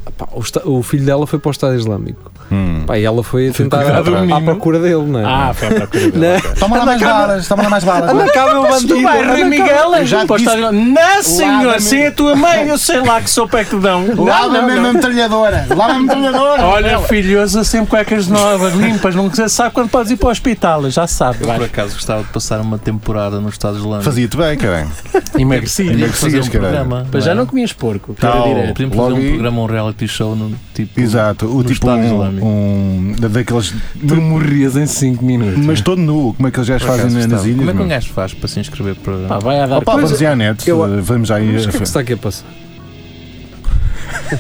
Speaker 2: ah pá, o, esta- o filho dela foi para o Estado Islâmico.
Speaker 4: Hum.
Speaker 2: Pá, e ela foi a tentar
Speaker 4: cuidar do
Speaker 2: à, à
Speaker 5: menino.
Speaker 2: procura dele, não é?
Speaker 5: Ah, foi para
Speaker 2: Não.
Speaker 4: Toma lá mais balas, toma lá mais balas.
Speaker 2: Anda cá, meu bandido!
Speaker 5: Tu vai, Rui
Speaker 2: anda cá.
Speaker 5: Miguel,
Speaker 4: Eu já
Speaker 5: para o
Speaker 4: disse-
Speaker 5: estádio. Não, senhor,
Speaker 4: Lava-me.
Speaker 5: se é a tua mãe, eu sei lá que sopa é que te dão. Não, não,
Speaker 4: Lava-me a
Speaker 5: não.
Speaker 4: metralhadora. Lava-me a metralhadora.
Speaker 5: Olha, filho, usa sempre cuecas novas, limpas, não quiser, sabe quando podes ir para o hospital, já sabe.
Speaker 3: Eu, por acaso, gostava de passar uma temporada nos Estados Unidos.
Speaker 4: Fazia-te bem, caralho.
Speaker 5: Emagrecido.
Speaker 3: fazer
Speaker 4: Emagrecido.
Speaker 3: um
Speaker 4: Merecias, caralho.
Speaker 3: programa.
Speaker 5: Mas já
Speaker 3: é?
Speaker 5: não comias porco, que
Speaker 4: Tal.
Speaker 5: era direto.
Speaker 3: Podíamos
Speaker 4: Logo
Speaker 3: fazer um
Speaker 4: aí-
Speaker 3: programa, um reality show, no, tipo.
Speaker 4: Exato. O
Speaker 3: no
Speaker 4: tipo
Speaker 3: Estado Islâmico.
Speaker 4: um, um da- daqueles.
Speaker 5: Tu morrias em 5 minutos.
Speaker 4: Mas todo nu, como é que eles já
Speaker 3: Por acaso
Speaker 4: fazem na- nas
Speaker 3: gostava.
Speaker 4: ilhas?
Speaker 3: Como é que
Speaker 4: meu?
Speaker 3: um gajo faz para se inscrever para.
Speaker 5: Pá, vai a dar
Speaker 4: Opa,
Speaker 5: coisa.
Speaker 4: vamos ir à net,
Speaker 2: eu-
Speaker 4: vamos já
Speaker 2: Mas
Speaker 4: ir.
Speaker 2: o que é que se está aqui a passar?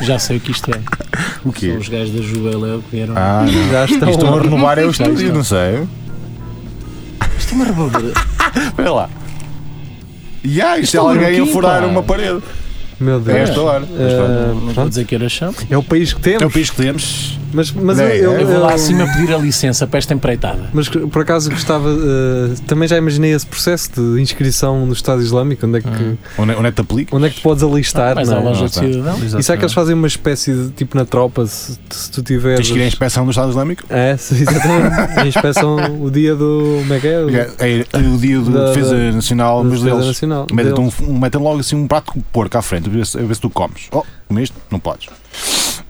Speaker 5: Já sei o que isto é.
Speaker 4: O quê?
Speaker 5: São os gajos da Juveleu que vieram.
Speaker 4: Ah, não.
Speaker 2: Já estão.
Speaker 4: estão a renovar é o
Speaker 5: Já
Speaker 4: estúdio,
Speaker 5: estão.
Speaker 4: não sei.
Speaker 5: Isto é uma revolta.
Speaker 4: Espera lá. E há, isto é
Speaker 5: Estão
Speaker 4: alguém a
Speaker 5: maluquinho,
Speaker 4: furar
Speaker 5: pá.
Speaker 4: uma parede.
Speaker 2: um- Meu
Speaker 4: É, A
Speaker 2: Deus.
Speaker 4: esta hora.
Speaker 2: Eh,
Speaker 5: Não vou
Speaker 2: pronto,
Speaker 5: dizer que era chão.
Speaker 2: é o país que temos.
Speaker 4: É o país que temos.
Speaker 2: Mas, mas
Speaker 4: Não
Speaker 2: eu,
Speaker 4: é,
Speaker 2: eu-
Speaker 4: é?
Speaker 5: Eu vou lá
Speaker 2: eu-
Speaker 5: acima pedir a licença para esta empreitada.
Speaker 2: Mas que- por acaso gostava. eh, também já imaginei esse processo de inscrição no Estado Islâmico. Onde é que,
Speaker 4: Onde é onde é que te aplicas?
Speaker 2: onde é que te podes alistar?
Speaker 5: Mais
Speaker 2: não
Speaker 5: à
Speaker 2: é?
Speaker 5: loja de
Speaker 4: Não, tá.
Speaker 5: cidadão.
Speaker 3: Exato,
Speaker 2: E será que
Speaker 3: não é?
Speaker 2: eles fazem uma espécie de tipo na tropa se, se tu tiveres.
Speaker 4: Tens que ir à inspeção do Estado Islâmico?
Speaker 2: É, se exatamente. A inspeção o dia do. Como é que é? O-
Speaker 4: É, é o dia de
Speaker 2: Da-
Speaker 4: Defesa Nacional,
Speaker 2: da
Speaker 4: mas
Speaker 2: Defesa
Speaker 4: deles.
Speaker 2: Nacional.
Speaker 4: Metem-te
Speaker 2: Deles.
Speaker 4: um- um- Metem logo assim um prato de porco à frente, a ver se a ver se tu comes. Oh, comeste? Não podes.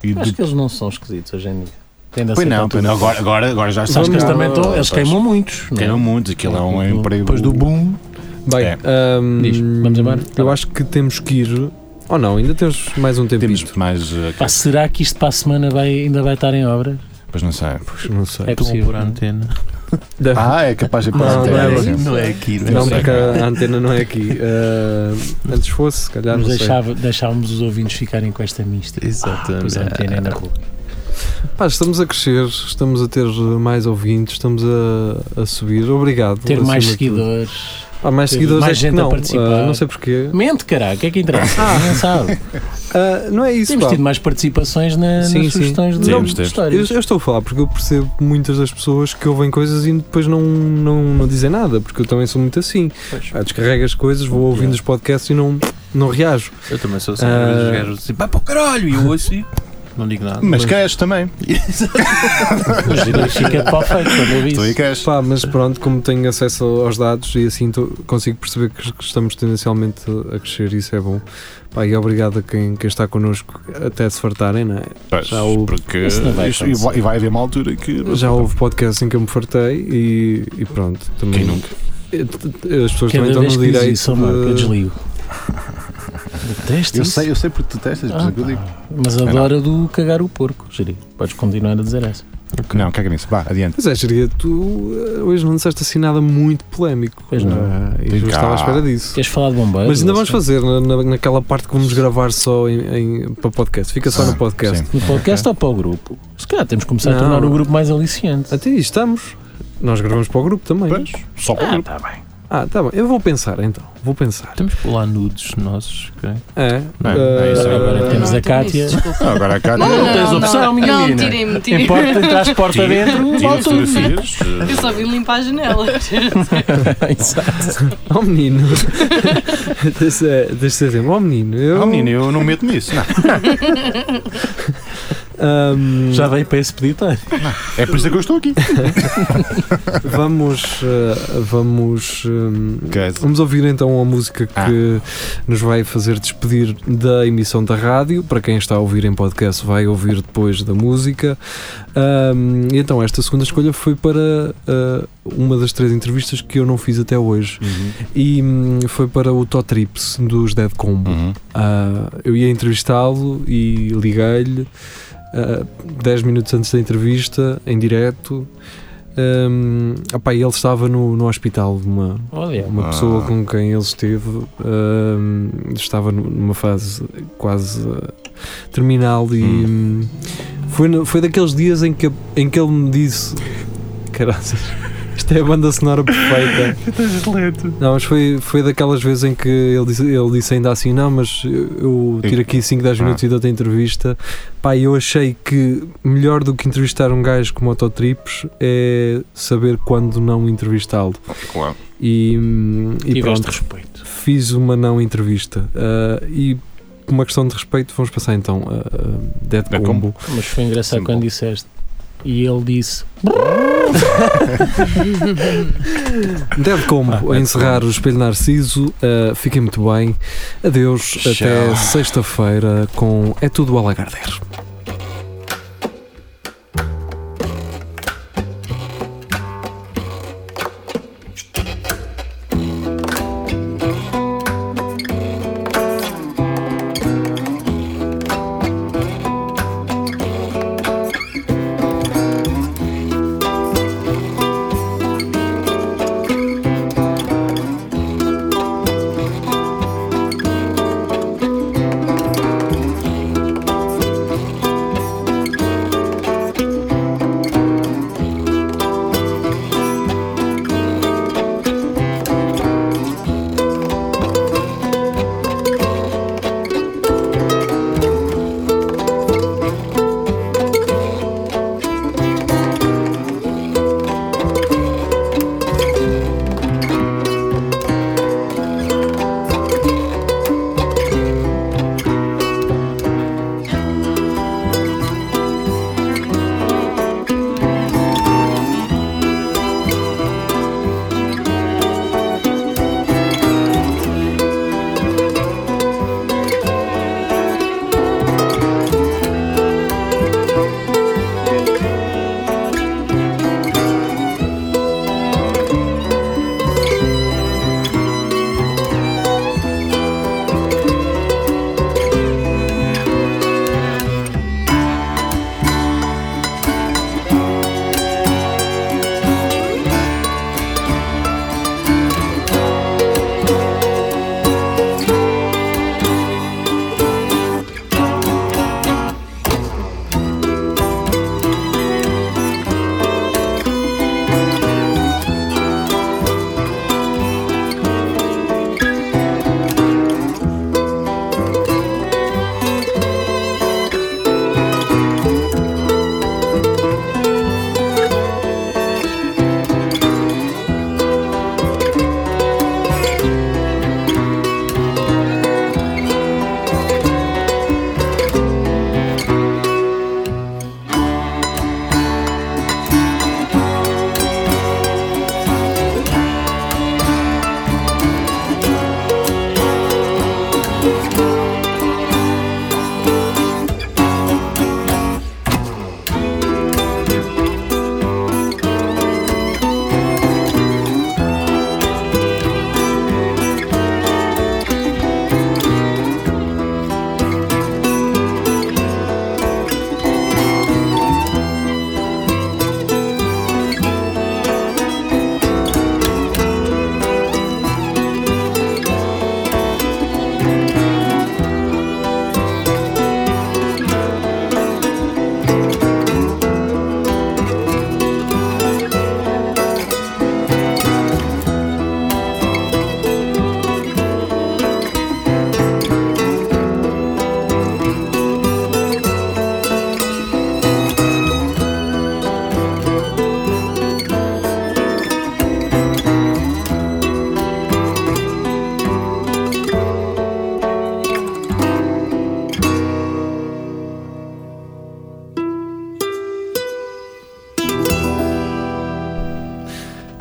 Speaker 4: E
Speaker 5: Acho
Speaker 4: de-
Speaker 5: que eles não são esquisitos hoje em dia. Tendem a
Speaker 4: Pois
Speaker 5: aceitar
Speaker 4: não, pois
Speaker 5: tudo.
Speaker 4: não. Agora, agora, agora já
Speaker 5: Sabes que eles
Speaker 4: não,
Speaker 5: também estão.
Speaker 4: pois.
Speaker 5: Eles queimam muitos. não é?
Speaker 4: Queimam muito, aquilo é um emprego.
Speaker 5: Depois do boom.
Speaker 2: Bem,
Speaker 4: É.
Speaker 2: ahm,
Speaker 5: Diz, vamos embora? Tá
Speaker 2: Eu
Speaker 5: bem.
Speaker 2: acho que temos que ir. Ou não, ainda temos mais um tempinho.
Speaker 4: Temos mais. eh,
Speaker 5: Pá, será que isto para a semana vai, ainda vai estar em obra?
Speaker 4: Pois não sei.
Speaker 2: Puxa, não sei.
Speaker 5: É
Speaker 3: Estão
Speaker 5: possível.
Speaker 3: por antena.
Speaker 2: Deve-
Speaker 4: Ah, é capaz de
Speaker 2: Não, não é
Speaker 4: acontecer.
Speaker 3: Não é aqui, não é?
Speaker 2: não,
Speaker 4: sei,
Speaker 2: porque a antena não é aqui. Ah, antes fosse, se calhar.
Speaker 5: Mas
Speaker 2: Não sei.
Speaker 5: deixava, deixávamos os ouvintes ficarem com esta mística.
Speaker 3: Exatamente.
Speaker 5: Pois a antena é na rua.
Speaker 2: Pá, estamos a crescer, estamos a ter mais ouvintes, estamos a, a subir. Obrigado.
Speaker 5: Ter
Speaker 2: acima
Speaker 5: mais
Speaker 2: de assim tudo.
Speaker 5: seguidores.
Speaker 2: Há mais
Speaker 5: ter
Speaker 2: seguidores
Speaker 5: mais
Speaker 2: é que
Speaker 5: gente a
Speaker 2: não.
Speaker 5: participar.
Speaker 2: ah, não sei porquê.
Speaker 5: Mente, caralho, o que é que interessa? Ninguém sabe.
Speaker 2: Ah, não é isso.
Speaker 5: Temos
Speaker 2: pá.
Speaker 5: tido mais participações na,
Speaker 2: Sim, sim.
Speaker 5: nas sugestões de,
Speaker 4: Temos,
Speaker 5: de
Speaker 4: temos.
Speaker 2: Eu,
Speaker 5: histórias.
Speaker 2: eu estou a falar porque eu percebo muitas das pessoas que ouvem coisas e depois não, não, não dizem nada, porque eu também sou muito assim. Ah, descarrego as coisas, vou ouvindo os podcasts e não, não reajo.
Speaker 3: Eu também sou sempre dos
Speaker 2: Ah.
Speaker 3: gajos assim, vai para o caralho! E eu ouço e. não digo nada.
Speaker 4: Mas cresce também.
Speaker 5: Mas fica de pau feito quando eu vi
Speaker 4: Tu aí
Speaker 5: isso.
Speaker 4: cresce.
Speaker 2: Pá, mas pronto, como tenho acesso aos dados e assim tô- consigo perceber que que estamos tendencialmente a crescer, isso é bom. Pá, e obrigado a quem, quem está connosco até se fartarem, não é?
Speaker 4: Pois,
Speaker 2: Já o-
Speaker 4: porque
Speaker 5: Isso não vai
Speaker 4: isto- e,
Speaker 5: acontecer.
Speaker 4: vai, e vai haver uma altura que.
Speaker 2: Já houve podcasts em que eu me fartei e, e pronto. Também,
Speaker 4: Quem nunca?
Speaker 2: As pessoas também estão
Speaker 5: Cada vez
Speaker 2: no
Speaker 5: que diz
Speaker 2: direito.
Speaker 5: isso, ó, Marco, eu
Speaker 2: de-
Speaker 5: desligo. Detesto
Speaker 4: Eu
Speaker 5: isso.
Speaker 4: sei, eu sei porque tu testas, por
Speaker 5: Ah,
Speaker 4: isso é que eu digo.
Speaker 5: pá, mas adoro a do cagar o porco, Giri. Podes continuar a dizer essa.
Speaker 4: Não, caga nisso. Vá, adiante.
Speaker 2: Mas é, Jeria, tu eh, hoje não disseste assim nada muito polémico.
Speaker 5: Pois não.
Speaker 2: Ah, e
Speaker 4: Vem
Speaker 2: eu
Speaker 4: cá.
Speaker 2: estava à espera disso.
Speaker 5: Queres falar de bombeiros?
Speaker 2: Mas ainda vamos
Speaker 5: Assim?
Speaker 2: fazer na, na- naquela parte que vamos gravar só em, em- para podcast. Fica só
Speaker 4: Ah,
Speaker 2: no podcast.
Speaker 4: sim.
Speaker 5: No podcast ou para o grupo? Se calhar temos que começar a
Speaker 2: Não.
Speaker 5: tornar o grupo mais aliciante.
Speaker 2: Até aí estamos. Nós gravamos para o grupo também.
Speaker 4: Pois, só para o
Speaker 5: Ah,
Speaker 4: grupo.
Speaker 5: tá bem.
Speaker 2: Ah, tá bom. Eu vou pensar então. Vou pensar.
Speaker 3: Temos lá nudes nossos, ok?
Speaker 2: É.
Speaker 4: Não,
Speaker 2: eh,
Speaker 4: é isso,
Speaker 5: agora temos a Kátia.
Speaker 4: Ah, Agora a cara.
Speaker 5: Não, não tens opção,
Speaker 6: não,
Speaker 5: minha
Speaker 6: Não,
Speaker 5: menina.
Speaker 6: tirem-me, tirem-me.
Speaker 5: Importa, traz porta dentro,
Speaker 4: Tira
Speaker 5: vale tudo.
Speaker 4: fotografias. eh,
Speaker 6: Eu só vim limpar as janelas.
Speaker 5: Exato.
Speaker 2: Oh menino. deixa, deixa dizer. Oh menino. Eu,
Speaker 4: Ah, menino, eu não me meto nisso. Não.
Speaker 2: Ahm,
Speaker 5: Já dei para esse peditório.
Speaker 4: É por isso é que eu estou aqui.
Speaker 2: vamos. eh, vamos. hum,
Speaker 4: Ok.
Speaker 2: Vamos ouvir então a música que
Speaker 4: Ah.
Speaker 2: nos vai fazer despedir da emissão da rádio. Para quem está a ouvir em podcast, vai ouvir depois da música. Ahm, e então, esta segunda escolha foi para ah, uma das três entrevistas que eu não fiz até hoje. E hum, foi para o Totrips dos Dead Combo.
Speaker 4: Uhum.
Speaker 2: Ah, eu ia entrevistá-lo e liguei-lhe 10 minutos antes da entrevista, em direto. Ahm, opá, e ele estava no, no hospital de uma,
Speaker 5: Olha,
Speaker 2: É, uma
Speaker 4: Ah.
Speaker 2: pessoa com quem ele esteve hum, estava nu- numa fase quase uh, terminal e hum, foi, no- foi daqueles dias em que, em que ele me disse: Caraças, isto é a banda sonora perfeita.
Speaker 4: é
Speaker 2: Não, mas foi, foi daquelas vezes em que ele disse, ele disse ainda assim: Não, mas eu eu tiro aqui 5, 10
Speaker 4: Ah.
Speaker 2: minutos e dou-te a entrevista. Pá, eu achei que melhor do que entrevistar um gajo como Autotrips é saber quando não entrevistá-lo.
Speaker 4: Claro.
Speaker 2: E, hum, e
Speaker 5: tiveste
Speaker 2: pronto,
Speaker 5: respeito.
Speaker 2: fiz uma não entrevista. Ah, e por uma questão de respeito, vamos passar então a a Dead
Speaker 4: Dead
Speaker 2: Combo.
Speaker 5: Mas foi engraçado
Speaker 4: Sim,
Speaker 5: quando
Speaker 4: bom.
Speaker 5: disseste. E ele disse:
Speaker 2: Dead Combo a encerrar o Espelho Narciso. Ah, fiquem muito bem. Adeus. Até sexta-feira com É Tudo Alagarder.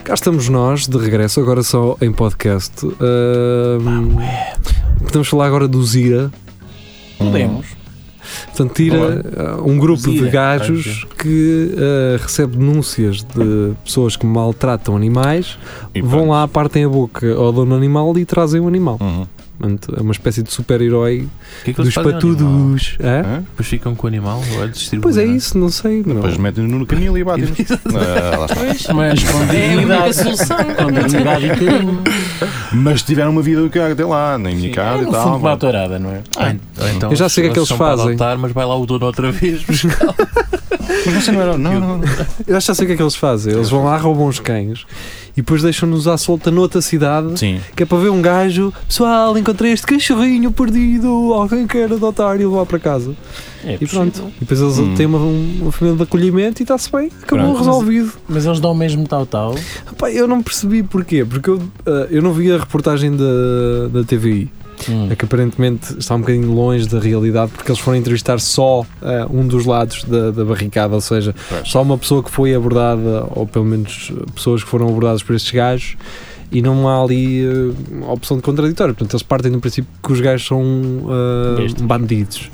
Speaker 2: Cá estamos nós, de regresso, agora só em podcast. Ahm, podemos falar agora do Zira.
Speaker 5: Podemos.
Speaker 2: Portanto, tira ah, um grupo
Speaker 5: Zira.
Speaker 2: de gajos que ah, recebe denúncias de pessoas que maltratam animais,
Speaker 4: E
Speaker 2: vão
Speaker 4: pronto.
Speaker 2: lá, partem a boca ao dono animal e trazem o animal.
Speaker 4: Uhum.
Speaker 2: Portanto, é uma espécie de super-herói
Speaker 3: O que é que eles
Speaker 2: dos
Speaker 3: fazem ao animal?
Speaker 2: patudos. Hã?
Speaker 4: Hã?
Speaker 3: Depois ficam com o animal, olha, distribuem.
Speaker 2: Pois é isso, não sei. Não.
Speaker 4: Depois metem no canil e batem. Ah, lá está.
Speaker 5: Mas com
Speaker 6: É a única
Speaker 5: dignidade.
Speaker 6: solução.
Speaker 5: Com dignidade e carinho.
Speaker 4: Mas tiveram uma vida do que até lá, na minha
Speaker 5: É
Speaker 4: casa e
Speaker 5: no fundo
Speaker 4: tal.
Speaker 5: uma autorada, não é?
Speaker 3: Ah, então, então
Speaker 2: Eu já sei o que é que eles
Speaker 3: são para
Speaker 2: fazem.
Speaker 3: adotar, mas vai lá o dono outra vez.
Speaker 4: Mas você não era. Não, não, não.
Speaker 2: Eu acho que já sei o que é que eles fazem. Eles vão lá, roubam os cães e depois deixam-nos à solta noutra cidade.
Speaker 4: Sim.
Speaker 2: Que é para ver um gajo, pessoal, encontrei este cachorrinho perdido, alguém quer adotar e levar para casa.
Speaker 5: É
Speaker 2: E
Speaker 5: possível.
Speaker 2: pronto. E depois eles
Speaker 4: Hum.
Speaker 2: têm uma, um- uma família de acolhimento e está-se bem, acabou
Speaker 4: Pronto.
Speaker 2: resolvido.
Speaker 5: Mas eles dão mesmo tal-tal.
Speaker 2: Epá, eu não percebi porquê, porque eu, ah, eu não vi a reportagem da, da TVI.
Speaker 5: Hum.
Speaker 2: É que aparentemente está um bocadinho longe da realidade, porque eles foram entrevistar só ah, um dos lados da, da barricada, ou seja,
Speaker 4: Pois.
Speaker 2: só uma pessoa que foi abordada, ou pelo menos eh, pessoas que foram abordadas por estes gajos, e não há ali eh, opção de contraditório. Portanto, eles partem do princípio que os gajos são ah,
Speaker 5: Besta.
Speaker 2: bandidos.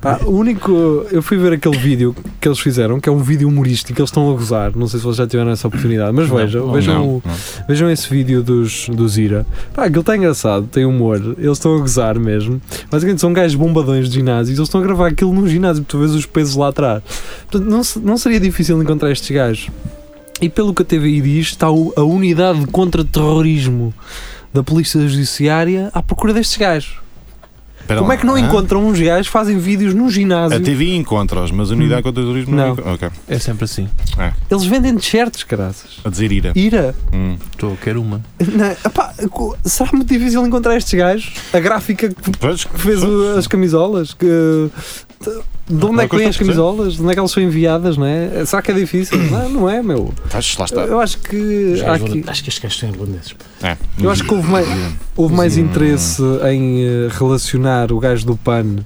Speaker 2: Pá, o único. Eu fui ver aquele vídeo que eles fizeram, que é um vídeo humorístico, que eles estão a gozar. Não sei se vocês já tiveram essa oportunidade, mas
Speaker 5: Não,
Speaker 2: vejam,
Speaker 5: não,
Speaker 2: vejam
Speaker 4: não,
Speaker 2: o. Vejam esse vídeo dos, do Zira. Pá, aquilo está engraçado, tem humor, eles estão a gozar mesmo. Basicamente são gajos bombadões de ginásios, eles estão a gravar aquilo num ginásio, tu vês os pesos lá atrás. Portanto, não, se- não seria difícil encontrar estes gajos. E pelo que a TVI diz, está o- a unidade de contra-terrorismo da Polícia Judiciária à procura destes gajos.
Speaker 4: Espera
Speaker 2: Como
Speaker 4: lá.
Speaker 2: é que não
Speaker 4: Então, Hã?
Speaker 2: encontram uns gajos, fazem vídeos num
Speaker 4: A
Speaker 2: ginásio?
Speaker 4: TV encontra-os, mas a unidade contra o terrorismo não.
Speaker 2: Não.
Speaker 4: encontra- Ok.
Speaker 3: É sempre assim.
Speaker 2: Eles vendem t-shirts, caraças.
Speaker 4: A dizer ira.
Speaker 2: Ira.
Speaker 4: Hum.
Speaker 3: Estou, quero uma.
Speaker 2: Não, é? epá, co- será muito difícil encontrar estes gajos? A gráfica que
Speaker 4: Pois,
Speaker 2: que fez o- as camisolas, que de- de onde é que vêm as camisolas, de onde é que elas são enviadas, não é? Será que é difícil? Não, não é, meu.
Speaker 4: Pois, lá
Speaker 2: Eu,
Speaker 4: está.
Speaker 2: eu acho que há aqui-
Speaker 5: Acho que estes gajos são irlandeses. pá.
Speaker 4: É.
Speaker 2: eu acho que houve mais, houve mais interesse em eh, relacionar o gajo do PAN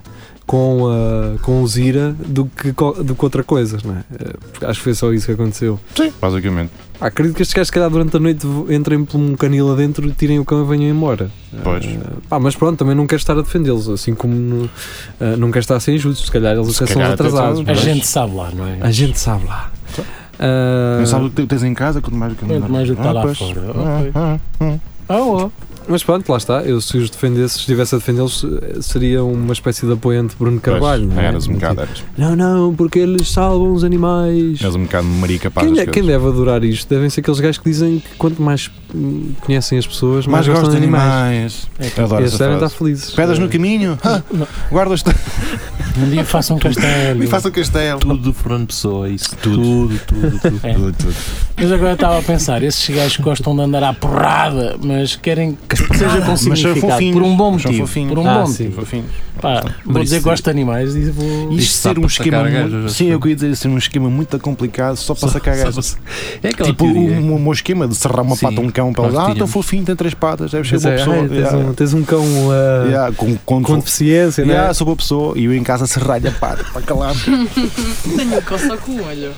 Speaker 2: com, a, com o Zira do que, co- do que outra coisa, não é? Eh, Porque acho que foi só isso que aconteceu.
Speaker 4: Sim, Hum. basicamente.
Speaker 2: Ah, acredito que estes gajos, se calhar, durante a noite v- entrem por um canil adentro, tirem o cão e venham embora.
Speaker 4: Pois.
Speaker 2: Ah, pá, mas pronto, também não quero estar a defendê-los, assim como no- ah, não quero estar a ser injusto. Se calhar eles
Speaker 4: Se
Speaker 2: até são
Speaker 4: calhar até
Speaker 2: atrasados.
Speaker 4: são.
Speaker 5: A
Speaker 4: Pois.
Speaker 2: mas
Speaker 5: gente sabe lá, não é?
Speaker 2: a gente sabe lá. Ah,
Speaker 4: Não sabe o que tens em casa, quanto mais o que
Speaker 5: Quanto mais o que está lá fora. Ok.
Speaker 4: Ah, ah, ah.
Speaker 5: Oh, oh.
Speaker 2: mas pronto, lá está. Eu, se os defendesse, se estivesse a defendê-los, eh, seria uma espécie de apoiante de Bruno Carvalho.
Speaker 4: Pois,
Speaker 2: não é?
Speaker 4: Eras um bocado, eras.
Speaker 2: Não, não, porque eles salvam os animais.
Speaker 4: Eras um bocado marica para
Speaker 2: Quem,
Speaker 4: as
Speaker 2: de- quem é
Speaker 4: coisas.
Speaker 2: deve adorar isto? Devem ser aqueles gajos que dizem que quanto mais hum, conhecem as pessoas, mais,
Speaker 4: Mais
Speaker 2: gostam
Speaker 4: gosto de
Speaker 2: de animais.
Speaker 4: animais. Eu Adoro
Speaker 2: Eles
Speaker 4: essa
Speaker 2: devem estar
Speaker 4: frase.
Speaker 2: felizes.
Speaker 4: Pedras
Speaker 2: Eh,
Speaker 4: no caminho? Ah, Guardas-te
Speaker 5: Um dia façam um castelo.
Speaker 4: e faça o castelo.
Speaker 3: Tudo Fernando Pessoa, isso. Tudo, tudo, tudo.
Speaker 5: É.
Speaker 4: Tudo, tudo.
Speaker 5: Mas agora estava a pensar, esses gajos que gostam de andar à porrada, mas querem que seja
Speaker 4: Mas
Speaker 5: com
Speaker 4: são
Speaker 5: significado,
Speaker 4: fofinhos,
Speaker 5: por um bom
Speaker 4: são
Speaker 5: motivo.
Speaker 4: fofinhos.
Speaker 5: Por um
Speaker 2: Ah,
Speaker 5: bom
Speaker 2: sim.
Speaker 5: motivo.
Speaker 4: Fofinhos.
Speaker 5: Pá, vou
Speaker 3: Mas
Speaker 5: dizer
Speaker 3: isso-
Speaker 5: gosto de animais e vou.
Speaker 4: Isto
Speaker 3: Isto dá
Speaker 4: ser um
Speaker 3: para sacar
Speaker 4: esquema.
Speaker 3: gajas,
Speaker 4: muito-
Speaker 3: acho
Speaker 4: Sim,
Speaker 3: é que-
Speaker 4: eu queria dizer ser um esquema muito complicado só para sacar
Speaker 3: Só-
Speaker 4: gajas.
Speaker 3: só- É aquela
Speaker 4: Tipo o
Speaker 3: teoria.
Speaker 4: o meu esquema de serrar uma
Speaker 3: Sim,
Speaker 4: pata a um cão para
Speaker 3: nós
Speaker 4: eles. Ah, estou
Speaker 3: tínhamos.
Speaker 4: fofinho, tem três patas, deve ser
Speaker 2: Mas
Speaker 4: boa
Speaker 2: é,
Speaker 4: pessoa.
Speaker 2: ai, tens,
Speaker 4: Yeah.
Speaker 2: um, tens um cão ah,
Speaker 4: Yeah, com, com,
Speaker 2: com deficiência, não é?
Speaker 4: Yeah, sou boa pessoa e eu em casa serralho a pata para calar.
Speaker 6: Tenho o cão só com o olho.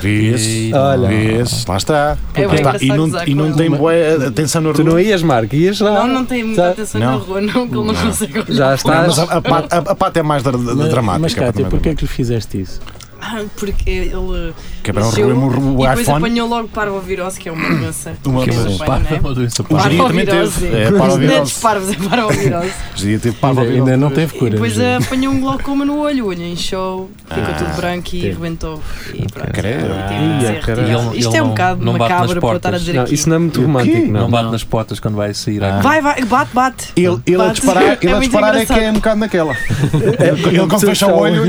Speaker 4: Vês,
Speaker 2: Olha.
Speaker 4: vês, lá está.
Speaker 6: É
Speaker 4: Lá
Speaker 6: bem
Speaker 4: está. E
Speaker 6: engraçado
Speaker 4: não,
Speaker 6: gozar
Speaker 4: e
Speaker 6: com
Speaker 4: não
Speaker 6: ele.
Speaker 4: tem boa atenção na
Speaker 2: Tu não
Speaker 4: rua.
Speaker 2: ias, Marco? Ias lá?
Speaker 6: Não, não tem
Speaker 2: Já-
Speaker 6: muita atenção
Speaker 4: não.
Speaker 6: na rua, não, que ele não consegue olhar.
Speaker 2: Já
Speaker 4: Não,
Speaker 2: estás?
Speaker 4: mas a, a pata, a- a pata é mais dra-
Speaker 5: Mas-
Speaker 4: dramática.
Speaker 5: Mas
Speaker 4: a pata é
Speaker 5: Cátia,
Speaker 4: mais
Speaker 5: porquê é que lhe fizeste isso?
Speaker 6: Ah, porque ele.
Speaker 4: dramática. Quebraram o
Speaker 6: nasceu
Speaker 4: remo-
Speaker 6: e
Speaker 4: o
Speaker 6: depois
Speaker 4: um iPhone.
Speaker 6: apanhou logo parvovirose, que é uma doença.
Speaker 4: Uma
Speaker 6: que
Speaker 4: doença.
Speaker 6: é pai, não é?
Speaker 3: Uma doença
Speaker 4: O Jeria também
Speaker 6: Parvovirose.
Speaker 4: teve. É,
Speaker 6: Dentes
Speaker 4: parvovirose.
Speaker 6: parvos é parvovirose.
Speaker 4: Jeria teve
Speaker 5: Ainda,
Speaker 4: parvovirose.
Speaker 5: ainda não teve
Speaker 6: E
Speaker 5: cura.
Speaker 6: depois
Speaker 5: mas-
Speaker 6: apanhou um glaucoma no olho, o olho inchou, ficou
Speaker 4: Ah,
Speaker 6: tudo branco e
Speaker 5: sim.
Speaker 6: arrebentou. E pronto.
Speaker 4: Credo.
Speaker 6: E tive de
Speaker 2: Ia,
Speaker 6: ser retirado.
Speaker 2: caralho.
Speaker 3: E ele-
Speaker 6: Isto
Speaker 3: ele
Speaker 6: é um
Speaker 3: não-
Speaker 6: bocado
Speaker 3: não bate
Speaker 6: macabro
Speaker 3: nas
Speaker 6: para eu estar a
Speaker 3: portas.
Speaker 6: dizer
Speaker 2: Não,
Speaker 6: aqui.
Speaker 2: isso não é muito
Speaker 4: O quê?
Speaker 2: romântico, não.
Speaker 3: Não bate nas portas quando vai sair à
Speaker 4: Ah.
Speaker 6: Vai, vai, bate, bate.
Speaker 4: Ele, ele a
Speaker 6: Bate.
Speaker 4: disparar, ele a
Speaker 6: muito
Speaker 4: disparar é que
Speaker 6: engraçado.
Speaker 4: é um bocado naquela. Ele, quando
Speaker 2: Sim,
Speaker 4: fecha o
Speaker 2: está
Speaker 4: olho,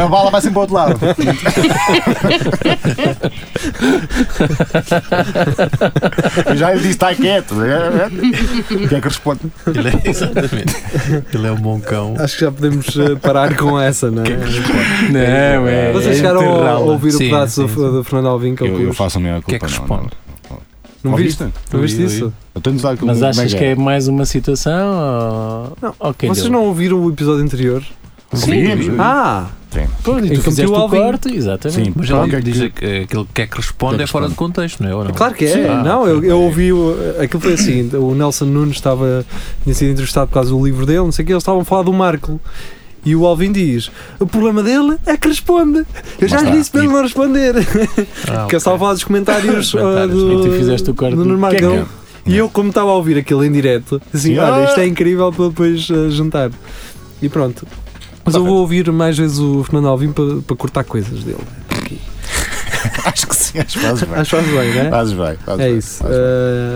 Speaker 4: a bala vai sempre para o outro lado. Eu já lhe disse, está quieto. O que é que responde?
Speaker 3: Ele é, exatamente. Ele é um bom cão.
Speaker 2: Acho que já podemos eh, parar com essa, não é?
Speaker 5: Não, é.
Speaker 2: Vocês
Speaker 5: é
Speaker 2: chegaram a- a
Speaker 5: enterrá-la.
Speaker 2: ouvir
Speaker 3: Sim,
Speaker 2: o pedaço
Speaker 3: sim,
Speaker 2: do, do Fernando Alvim que ele pôs?
Speaker 4: faço a minha culpa.
Speaker 3: que é que responde?
Speaker 2: Não viste? Não
Speaker 3: Eu
Speaker 2: viste
Speaker 3: vi, eu
Speaker 2: isso?
Speaker 4: Eu tenho de dar aquilo
Speaker 5: Mas
Speaker 4: como
Speaker 5: achas
Speaker 4: é
Speaker 5: que é mais uma situação? Ou...
Speaker 2: Não,
Speaker 5: ou que
Speaker 2: Vocês
Speaker 5: deu?
Speaker 2: não ouviram o episódio anterior?
Speaker 4: Sim.
Speaker 2: Ah!
Speaker 4: Sim.
Speaker 5: Pronto, e
Speaker 2: Em
Speaker 5: tu
Speaker 2: que
Speaker 5: fizeste
Speaker 2: meteu
Speaker 5: o
Speaker 2: Alvin.
Speaker 5: corte, exatamente.
Speaker 4: Sim,
Speaker 3: Mas
Speaker 4: pronto,
Speaker 3: ele
Speaker 4: é que-
Speaker 3: diz que eh, aquilo que é que responde
Speaker 4: Que
Speaker 3: é fora de contexto, não é? Ou não?
Speaker 2: Claro que é, não, eu, eu ouvi, o- aquilo foi assim, o Nelson Nunes estava, tinha sido entrevistado por causa do livro dele, não sei o que, eles estavam a falar do Marco. E o Alvin diz: o problema dele é que responde. Eu já
Speaker 4: Lá
Speaker 2: lhe
Speaker 4: está.
Speaker 2: disse para ele não responder.
Speaker 3: Ah,
Speaker 2: Porque eu estava a falar dos comentários,
Speaker 3: Dos comentários,
Speaker 2: ah, do,
Speaker 5: E tu fizeste o corte
Speaker 2: do Nuno
Speaker 5: do-
Speaker 2: Marcão.
Speaker 5: Que é
Speaker 2: E eu, como estava a ouvir aquilo em direto, assim,
Speaker 4: Sim,
Speaker 2: olha,
Speaker 4: ah!
Speaker 2: isto é incrível para depois ah, juntar. E pronto. Mas eu vou ouvir mais vezes o Fernando Alvim para, para cortar coisas dele. né?
Speaker 4: Acho que sim, acho que fazes bem.
Speaker 2: Acho que faz bem, não é?
Speaker 4: Fazes bem. fazes
Speaker 2: É
Speaker 4: bem,
Speaker 2: isso.
Speaker 4: fazes bem.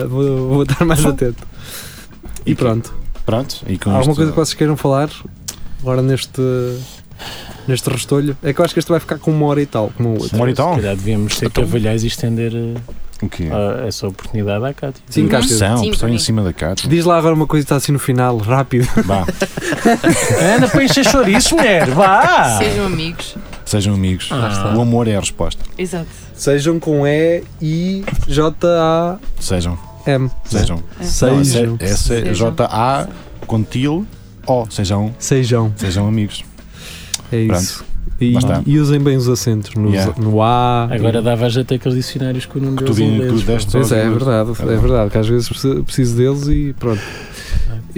Speaker 2: Ah, vou, vou estar mais atento. E
Speaker 4: E
Speaker 2: pronto.
Speaker 4: Pronto, e com
Speaker 2: Há alguma
Speaker 4: isto-
Speaker 2: coisa que vocês queiram falar agora neste. Neste restolho, é que eu acho que este vai ficar com uma hora e tal, como o outro.
Speaker 4: Um
Speaker 5: Se
Speaker 4: moritão?
Speaker 5: calhar devíamos ter que avaliar e estender eh,
Speaker 4: O quê?
Speaker 5: a- essa oportunidade à Cátia.
Speaker 2: Sim, cá esteve.
Speaker 4: Pressão,
Speaker 6: Sim,
Speaker 4: pressão
Speaker 6: para
Speaker 4: em
Speaker 6: mim.
Speaker 4: cima da Cátia.
Speaker 2: Diz lá agora uma coisa que está assim no final, rápido.
Speaker 4: Vá,
Speaker 5: Ana, põe encher chouriços, mulher,
Speaker 3: Ah.
Speaker 5: vá!
Speaker 6: Sejam amigos.
Speaker 4: sejam amigos. O amor é a resposta.
Speaker 6: Exato.
Speaker 2: Sejam com E, I, J, A,
Speaker 4: Sejam.
Speaker 2: M. né?
Speaker 4: Sejam.
Speaker 6: É.
Speaker 4: Não, essa-
Speaker 2: Sejam.
Speaker 4: Essa é
Speaker 6: Sejam.
Speaker 4: J-A com til O. Sejam.
Speaker 2: Sejam.
Speaker 4: Sejam amigos.
Speaker 2: É isso. E,
Speaker 4: Lá está.
Speaker 2: e usem bem os acentos nos-
Speaker 4: Yeah.
Speaker 2: no A.
Speaker 5: Agora dava jeito aqueles dicionários que o Nuno
Speaker 4: Que
Speaker 5: deu
Speaker 4: tu, vi- que
Speaker 5: aos
Speaker 4: tu
Speaker 5: ingleses, pá.
Speaker 4: deste
Speaker 2: Pois
Speaker 4: aos
Speaker 2: é, é
Speaker 4: livros.
Speaker 2: verdade,
Speaker 4: É
Speaker 2: é verdade, que às vezes preciso- preciso deles e pronto.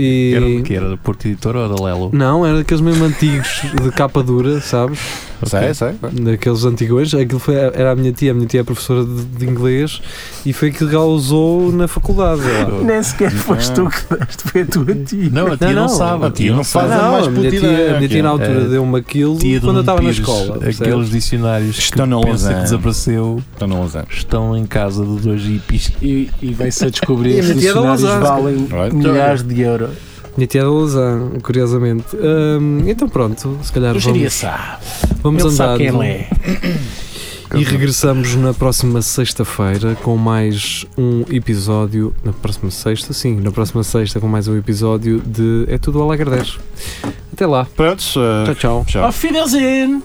Speaker 3: Era,
Speaker 2: E,
Speaker 3: que era da Porto Editora ou da Lelo?
Speaker 2: Não, era daqueles mesmo antigos de capa dura, sabes?
Speaker 4: Sei, sei.
Speaker 2: Daqueles antigões. Aquilo foi, era a minha tia, a minha tia é professora de, de inglês e foi aquilo que ela usou na faculdade. Ela.
Speaker 5: Nem sequer foste tu que deste, foi a tua tia.
Speaker 3: Não, a tia
Speaker 2: Não,
Speaker 3: não,
Speaker 2: não.
Speaker 3: sabe.
Speaker 4: A tia não faz
Speaker 2: não,
Speaker 4: mais
Speaker 2: a minha
Speaker 4: puta
Speaker 2: tia, a minha
Speaker 4: ideia.
Speaker 2: tia na altura
Speaker 3: É,
Speaker 2: deu-me aquilo
Speaker 3: Tia de
Speaker 2: quando eu estava na
Speaker 3: Nuno Pires,
Speaker 2: escola. percebes?
Speaker 3: Aqueles dicionários
Speaker 4: Estão na
Speaker 3: que pensa
Speaker 4: Lausanne.
Speaker 3: que desapareceu
Speaker 4: Então não usamos.
Speaker 3: estão em casa de dois hippies.
Speaker 5: E, e vai-se a descobrir
Speaker 2: E a
Speaker 5: que os
Speaker 2: minha tia da
Speaker 5: dicionários
Speaker 2: Lousada.
Speaker 5: valem
Speaker 4: Right.
Speaker 5: milhares de euros.
Speaker 2: Minha tia era de Lausanne, curiosamente. Hum, então pronto, se calhar
Speaker 5: Eu diria,
Speaker 2: vamos,
Speaker 5: sabe,
Speaker 2: vamos
Speaker 5: ele
Speaker 2: andar.
Speaker 5: sabe quem ele é.
Speaker 2: E regressamos na próxima sexta-feira com mais um episódio. Na próxima sexta, sim, na próxima sexta com mais um episódio de É Tudo Alegre 10. Até lá.
Speaker 4: Prontos.
Speaker 2: Tchau,
Speaker 4: eh,
Speaker 2: tchau.
Speaker 5: Então.
Speaker 4: Tchau.
Speaker 5: Auf Wiedersehen!